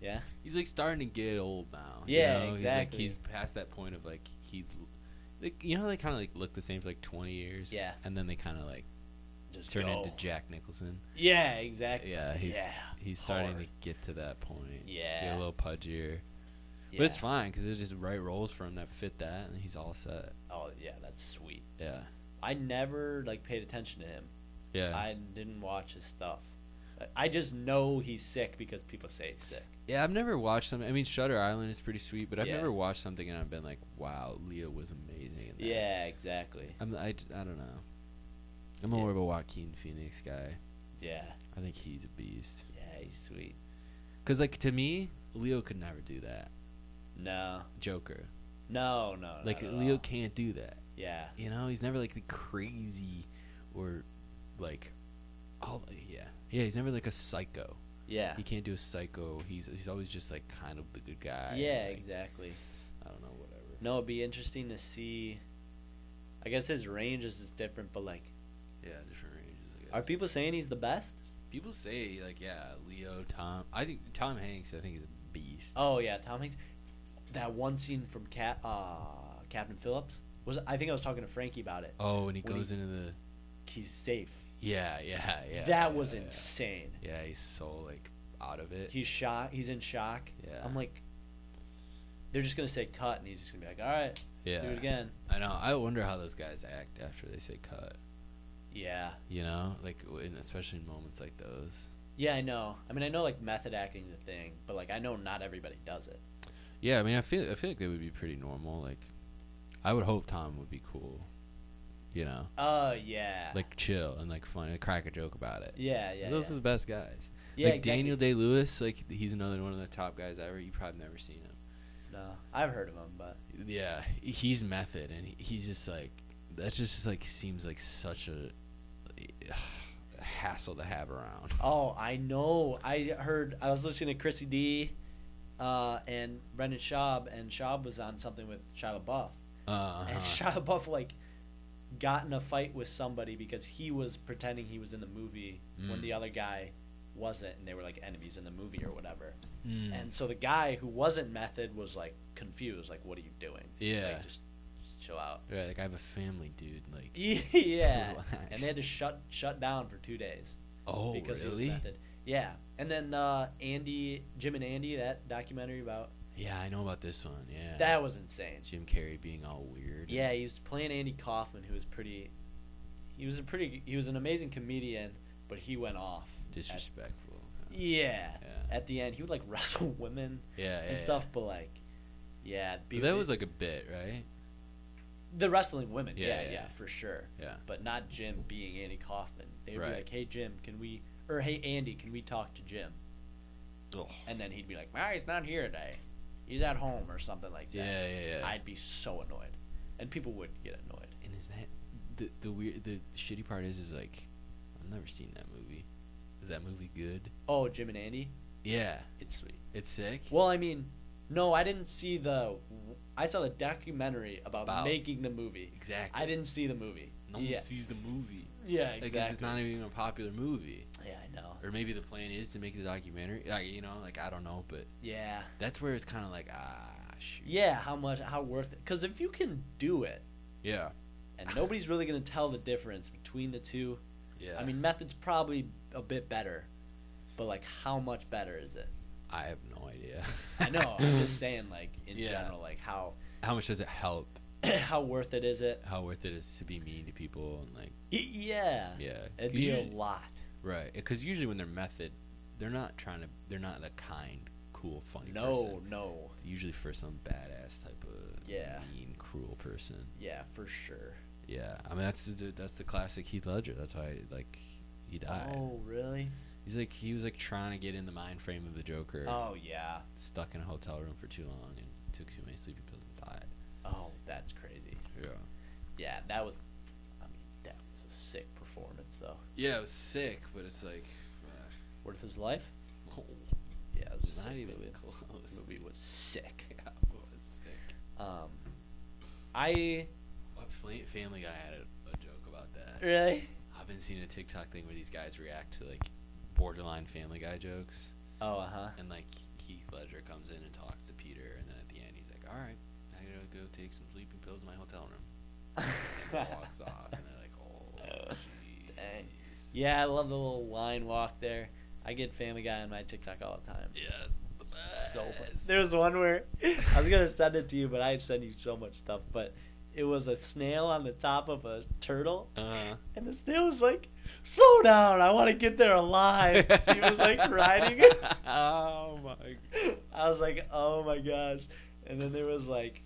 [SPEAKER 1] Yeah.
[SPEAKER 2] he's like starting to get old now. you
[SPEAKER 1] Yeah,
[SPEAKER 2] know?
[SPEAKER 1] exactly.
[SPEAKER 2] He's, like, he's past that point of like he's, like you know, how they kind of like look the same for like twenty years.
[SPEAKER 1] Yeah.
[SPEAKER 2] And then they kind of like
[SPEAKER 1] Just
[SPEAKER 2] turn
[SPEAKER 1] go.
[SPEAKER 2] into Jack Nicholson.
[SPEAKER 1] Yeah, exactly.
[SPEAKER 2] Yeah, he's
[SPEAKER 1] yeah.
[SPEAKER 2] he's starting
[SPEAKER 1] hard.
[SPEAKER 2] to get to that point.
[SPEAKER 1] Yeah.
[SPEAKER 2] Get a little pudgier. But it's fine because there's just right roles for him that fit that, and he's all set.
[SPEAKER 1] Oh yeah, that's sweet.
[SPEAKER 2] Yeah,
[SPEAKER 1] I never like paid attention to him.
[SPEAKER 2] yeah,
[SPEAKER 1] I didn't watch his stuff. I- I just know he's sick because people say he's sick.
[SPEAKER 2] yeah. I've never watched something. I mean, Shutter Island is pretty sweet, but I've
[SPEAKER 1] Yeah.
[SPEAKER 2] never watched something and I've been like, "Wow, Leo was amazing." In that.
[SPEAKER 1] Yeah, exactly.
[SPEAKER 2] I'm. I, j- I don't know. I'm
[SPEAKER 1] Yeah.
[SPEAKER 2] more of a Joaquin Phoenix guy.
[SPEAKER 1] Yeah,
[SPEAKER 2] I think he's a beast.
[SPEAKER 1] yeah, he's sweet.
[SPEAKER 2] Cause like to me, Leo could never do that.
[SPEAKER 1] No,
[SPEAKER 2] Joker,
[SPEAKER 1] no, no.
[SPEAKER 2] like
[SPEAKER 1] not at
[SPEAKER 2] Leo
[SPEAKER 1] all.
[SPEAKER 2] can't do that.
[SPEAKER 1] Yeah,
[SPEAKER 2] You know, he's never like the crazy, or like, all yeah, yeah. He's never like a psycho.
[SPEAKER 1] yeah,
[SPEAKER 2] he can't do a psycho. He's he's always just like kind of the good guy.
[SPEAKER 1] yeah.
[SPEAKER 2] like,
[SPEAKER 1] Exactly.
[SPEAKER 2] I don't know, whatever.
[SPEAKER 1] No, it'd be interesting to see. I guess his range is just different, but like,
[SPEAKER 2] Yeah, different ranges. I guess.
[SPEAKER 1] are people saying he's the best?
[SPEAKER 2] people say like yeah, Leo, Tom. I think Tom Hanks. I think is a beast.
[SPEAKER 1] Oh yeah, Tom Hanks. That one scene from Cap, uh, Captain Phillips was. I think I was talking to Frankie about it.
[SPEAKER 2] Oh, and he
[SPEAKER 1] When he-
[SPEAKER 2] goes into the
[SPEAKER 1] He's safe.
[SPEAKER 2] yeah, yeah, yeah.
[SPEAKER 1] that
[SPEAKER 2] yeah,
[SPEAKER 1] was
[SPEAKER 2] yeah.
[SPEAKER 1] insane.
[SPEAKER 2] Yeah, he's so like out of it.
[SPEAKER 1] He's shocked. He's in shock.
[SPEAKER 2] Yeah.
[SPEAKER 1] I'm like, they're just gonna say cut, and he's just gonna be like, all right, let's do
[SPEAKER 2] Yeah.
[SPEAKER 1] it again.
[SPEAKER 2] I know. I wonder how those guys act after they say cut.
[SPEAKER 1] Yeah.
[SPEAKER 2] You know, like w- in, especially in moments like those.
[SPEAKER 1] Yeah, I know. I mean, I know like method acting's a thing, but like I know not everybody does it.
[SPEAKER 2] Yeah, I mean, I feel I feel like they would be pretty normal. Like, I would hope Tom would be cool. You know,
[SPEAKER 1] Oh yeah.
[SPEAKER 2] like chill and like funny, like crack a joke about it.
[SPEAKER 1] yeah, yeah.
[SPEAKER 2] those
[SPEAKER 1] yeah.
[SPEAKER 2] are the best guys.
[SPEAKER 1] Yeah,
[SPEAKER 2] like
[SPEAKER 1] exactly.
[SPEAKER 2] Daniel Day Lewis, like he's another one of the top guys ever. You probably never seen him.
[SPEAKER 1] No, I've heard of him, but
[SPEAKER 2] Yeah, he's method, and he- he's just like that. Just like seems like such a hassle to have around.
[SPEAKER 1] oh, I know. I heard. I was listening to Chrissy D, uh, and Brendan Schaub, and Schaub was on something with Shia LaBeouf,
[SPEAKER 2] Uh-huh.
[SPEAKER 1] and Shia LaBeouf like got in a fight with somebody because he was pretending he was in the movie when
[SPEAKER 2] Mm.
[SPEAKER 1] the other guy wasn't, and they were like enemies in the movie or whatever.
[SPEAKER 2] Mm.
[SPEAKER 1] And so the guy who wasn't method was like confused, like, "What are you doing?
[SPEAKER 2] Yeah.
[SPEAKER 1] like, just, just chill out."
[SPEAKER 2] Right, like I have a family, dude. Like,
[SPEAKER 1] yeah, and
[SPEAKER 2] Relax.
[SPEAKER 1] they had to shut shut down for two days
[SPEAKER 2] oh
[SPEAKER 1] because of
[SPEAKER 2] really?
[SPEAKER 1] method. Yeah, and then uh, Andy, Jim and Andy, that documentary about
[SPEAKER 2] Yeah, I know about this one. Yeah,
[SPEAKER 1] that was insane.
[SPEAKER 2] Jim Carrey being all weird.
[SPEAKER 1] Yeah, he was playing Andy Kaufman, who was pretty. He was a pretty. He was an amazing comedian, but he went off. at-
[SPEAKER 2] disrespectful.
[SPEAKER 1] yeah.
[SPEAKER 2] Yeah.
[SPEAKER 1] At the end, he would like wrestle women
[SPEAKER 2] Yeah, yeah.
[SPEAKER 1] and
[SPEAKER 2] yeah.
[SPEAKER 1] stuff, but like, yeah.
[SPEAKER 2] But that was like a bit, right?
[SPEAKER 1] the wrestling women.
[SPEAKER 2] Yeah,
[SPEAKER 1] Yeah, yeah,
[SPEAKER 2] yeah.
[SPEAKER 1] for sure.
[SPEAKER 2] Yeah.
[SPEAKER 1] But not Jim being Andy Kaufman. They'd
[SPEAKER 2] Right.
[SPEAKER 1] be like, "Hey Jim, can we?" Or "Hey Andy, can we talk to Jim?"
[SPEAKER 2] Ugh.
[SPEAKER 1] And then he'd be like, "Nah, he's not here today. He's at home or something like that."
[SPEAKER 2] Yeah, yeah, yeah.
[SPEAKER 1] I'd be so annoyed, and people would get annoyed.
[SPEAKER 2] and is that the the weird the shitty part is is like I've never seen that movie. Is that movie good?
[SPEAKER 1] Oh, Jim and Andy,
[SPEAKER 2] Yeah,
[SPEAKER 1] it's sweet.
[SPEAKER 2] it's sick.
[SPEAKER 1] Well, I mean, no, I didn't see the. I saw the documentary about,
[SPEAKER 2] About-
[SPEAKER 1] making the movie.
[SPEAKER 2] Exactly.
[SPEAKER 1] I didn't see the movie.
[SPEAKER 2] No one
[SPEAKER 1] yeah.
[SPEAKER 2] sees the movie.
[SPEAKER 1] yeah,
[SPEAKER 2] Like, 'cause
[SPEAKER 1] exactly.
[SPEAKER 2] it's not even a popular movie.
[SPEAKER 1] yeah, I know.
[SPEAKER 2] Or maybe the plan is to make the documentary. Like, you know, like I don't know, but
[SPEAKER 1] Yeah.
[SPEAKER 2] that's where it's kind of like ah shoot.
[SPEAKER 1] Yeah, how much, how worth it? Because if you can do it,
[SPEAKER 2] Yeah.
[SPEAKER 1] and nobody's really going to tell the difference between the two.
[SPEAKER 2] Yeah.
[SPEAKER 1] I mean, method's probably a bit better, but like, how much better is it?
[SPEAKER 2] I have no idea.
[SPEAKER 1] I know. I'm just saying, like in
[SPEAKER 2] Yeah.
[SPEAKER 1] general, like how
[SPEAKER 2] How much does it help?
[SPEAKER 1] how worth it is it?
[SPEAKER 2] How worth it is to be mean to people and like
[SPEAKER 1] Y- yeah,
[SPEAKER 2] yeah.
[SPEAKER 1] it'd
[SPEAKER 2] 'Cause
[SPEAKER 1] be a
[SPEAKER 2] usu-
[SPEAKER 1] lot.
[SPEAKER 2] Right, because usually when they're method, they're not trying to. They're not the kind, cool, funny
[SPEAKER 1] No,
[SPEAKER 2] person.
[SPEAKER 1] no,
[SPEAKER 2] It's usually for some badass type of
[SPEAKER 1] Yeah.
[SPEAKER 2] mean, cruel person.
[SPEAKER 1] yeah, for sure.
[SPEAKER 2] Yeah, I mean that's the that's the classic Heath Ledger. That's why like he died.
[SPEAKER 1] Oh, really?
[SPEAKER 2] He's like he was like trying to get in the mind frame of the Joker,
[SPEAKER 1] Oh, yeah.
[SPEAKER 2] stuck in a hotel room for too long and took too many sleeping pills and died.
[SPEAKER 1] Oh, that's crazy.
[SPEAKER 2] Yeah.
[SPEAKER 1] Yeah, that was. I mean, that was a sick performance, though.
[SPEAKER 2] Yeah, it was sick, but it's like,
[SPEAKER 1] Worth his life.
[SPEAKER 2] uh,
[SPEAKER 1] Yeah, it was a
[SPEAKER 2] not
[SPEAKER 1] sick
[SPEAKER 2] even
[SPEAKER 1] movie. The
[SPEAKER 2] close.
[SPEAKER 1] movie was sick.
[SPEAKER 2] Yeah, it was sick.
[SPEAKER 1] Um, I
[SPEAKER 2] A Fla- Family Guy had a, a joke about that.
[SPEAKER 1] really.
[SPEAKER 2] I've been seeing a TikTok thing where these guys react to like borderline Family Guy jokes,
[SPEAKER 1] Oh, uh huh.
[SPEAKER 2] and like Keith Ledger comes in and talks to Peter, and then at the end he's like, "All right, I gotta go take some sleeping pills in my hotel room," and he walks off, and they're like, "Oh,
[SPEAKER 1] Dang.
[SPEAKER 2] jeez."
[SPEAKER 1] Yeah, I love the little line walk there. I get Family Guy on my TikTok all the time.
[SPEAKER 2] Yeah, it's the
[SPEAKER 1] So
[SPEAKER 2] best.
[SPEAKER 1] There was one where I was gonna send it to you, but I send you so much stuff. But it was a snail on the top of a turtle,
[SPEAKER 2] Uh,
[SPEAKER 1] and the snail was like, "Slow down! I want to get there alive." he was like riding. it.
[SPEAKER 2] oh my!
[SPEAKER 1] I was like, "Oh my gosh!" And then there was like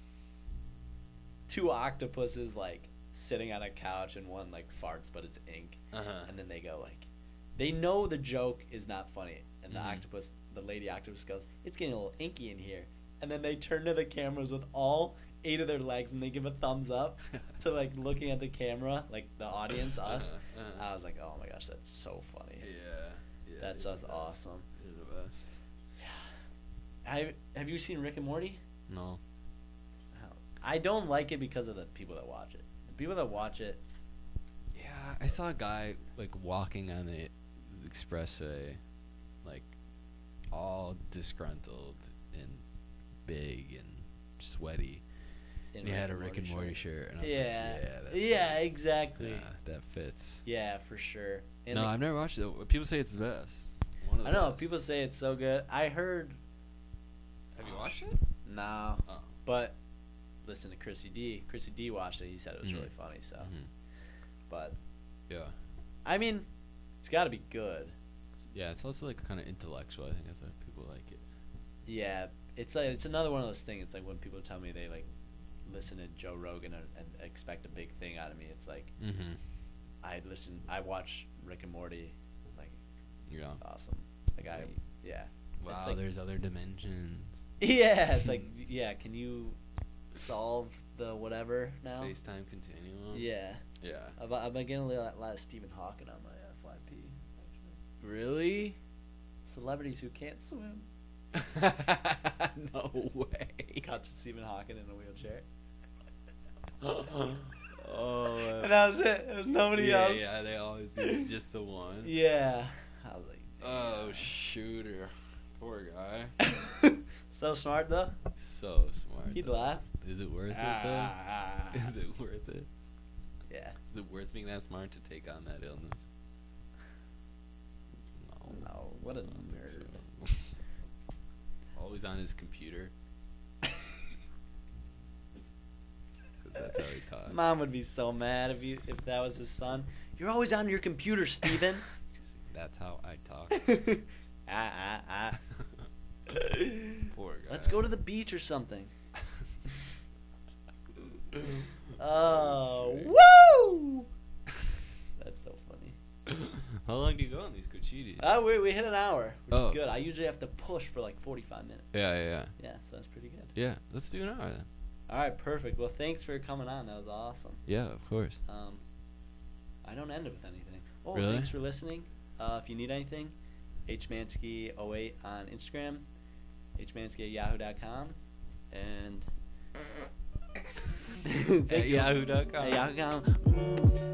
[SPEAKER 1] two octopuses like sitting on a couch, and one like farts, but it's ink.
[SPEAKER 2] Uh huh.
[SPEAKER 1] and then they go like they know the joke is not funny and the
[SPEAKER 2] Mhm.
[SPEAKER 1] octopus the lady octopus goes it's getting a little inky in here and then they turn to the cameras with all eight of their legs and they give a thumbs up to like looking at the camera like the audience us
[SPEAKER 2] Uh-huh, uh-huh.
[SPEAKER 1] i was like oh my gosh that's so funny
[SPEAKER 2] Yeah. yeah
[SPEAKER 1] that's
[SPEAKER 2] they're
[SPEAKER 1] us
[SPEAKER 2] the best.
[SPEAKER 1] awesome
[SPEAKER 2] They're the best.
[SPEAKER 1] I, have you seen rick and morty
[SPEAKER 2] No.
[SPEAKER 1] i don't like it because of the people that watch it the people that watch it
[SPEAKER 2] Yeah, I saw a guy like walking on the expressway, like all disgruntled and big and sweaty.
[SPEAKER 1] in
[SPEAKER 2] And he had a Rick and Morty shirt, and I was
[SPEAKER 1] yeah
[SPEAKER 2] like, yeah, that's
[SPEAKER 1] yeah
[SPEAKER 2] it.
[SPEAKER 1] exactly
[SPEAKER 2] Yeah, that fits.
[SPEAKER 1] yeah for sure and
[SPEAKER 2] no,
[SPEAKER 1] the-
[SPEAKER 2] I've never watched it. People say it's the best. One One of the
[SPEAKER 1] I know
[SPEAKER 2] best.
[SPEAKER 1] people say it's so good. I heard
[SPEAKER 2] Have you
[SPEAKER 1] Oh,
[SPEAKER 2] watched
[SPEAKER 1] shit.
[SPEAKER 2] it?
[SPEAKER 1] no,
[SPEAKER 2] Oh.
[SPEAKER 1] but listen to Chrissy D. Chrissy D. watched it. He said it was
[SPEAKER 2] Mhm.
[SPEAKER 1] really funny. So,
[SPEAKER 2] Mhm.
[SPEAKER 1] but
[SPEAKER 2] Yeah.
[SPEAKER 1] I mean, it's got to be good.
[SPEAKER 2] Yeah, it's also like kind of intellectual. I think that's why people like it.
[SPEAKER 1] Yeah, it's like it's another one of those things. It's like when people tell me they like listen to Joe Rogan and, and expect a big thing out of me. It's like
[SPEAKER 2] Mm-hmm.
[SPEAKER 1] I listen. I watch Rick and Morty. Like
[SPEAKER 2] Yeah.
[SPEAKER 1] awesome. Like I
[SPEAKER 2] Right.
[SPEAKER 1] yeah.
[SPEAKER 2] Wow,
[SPEAKER 1] like-
[SPEAKER 2] there's other dimensions.
[SPEAKER 1] Yeah, it's like yeah. Can you solve the whatever now?
[SPEAKER 2] Space time continuum.
[SPEAKER 1] Yeah,
[SPEAKER 2] Yeah.
[SPEAKER 1] I've, I've been getting a lot, lot of Stephen Hawking on my FYP. Actually,
[SPEAKER 2] Really?
[SPEAKER 1] celebrities who can't swim.
[SPEAKER 2] no way.
[SPEAKER 1] Got to Stephen Hawking in a wheelchair,
[SPEAKER 2] oh.
[SPEAKER 1] and that was it. There was nobody
[SPEAKER 2] yeah,
[SPEAKER 1] else.
[SPEAKER 2] yeah, they always do it's just the one.
[SPEAKER 1] Yeah. I was like,
[SPEAKER 2] Oh shooter, poor guy.
[SPEAKER 1] so smart though.
[SPEAKER 2] So smart.
[SPEAKER 1] He'd
[SPEAKER 2] though.
[SPEAKER 1] laugh.
[SPEAKER 2] Is it worth it though?
[SPEAKER 1] Ah.
[SPEAKER 2] Is it worth it?
[SPEAKER 1] Yeah.
[SPEAKER 2] Is it worth being that smart to take on that illness? No.
[SPEAKER 1] Oh, what a
[SPEAKER 2] I don't think
[SPEAKER 1] nerd.
[SPEAKER 2] so. Always on his computer. 'Cause that's how he taught.
[SPEAKER 1] Mom would be so mad if you if that was his son. You're always on your computer, Steven.
[SPEAKER 2] That's how I talk.
[SPEAKER 1] ah ah ah.
[SPEAKER 2] Poor guy.
[SPEAKER 1] Let's go to the beach or something. Oh, woo! That's so funny.
[SPEAKER 2] How long do you go on these cochinis?
[SPEAKER 1] Ah, we, we hit an hour, which
[SPEAKER 2] Oh.
[SPEAKER 1] is good. I usually have to push for like 45 minutes.
[SPEAKER 2] Yeah, yeah, yeah.
[SPEAKER 1] Yeah, so that's pretty good.
[SPEAKER 2] Yeah, let's do an hour then.
[SPEAKER 1] All right, perfect. Well, thanks for coming on. That was awesome.
[SPEAKER 2] Yeah, of course.
[SPEAKER 1] Um, I don't end it with anything. Oh,
[SPEAKER 2] Really?
[SPEAKER 1] thanks for listening. Uh, if you need anything, hmansky08 on Instagram, hmansky at yahoo.com, and
[SPEAKER 2] At yahoo dot com.
[SPEAKER 1] At yahoo.com.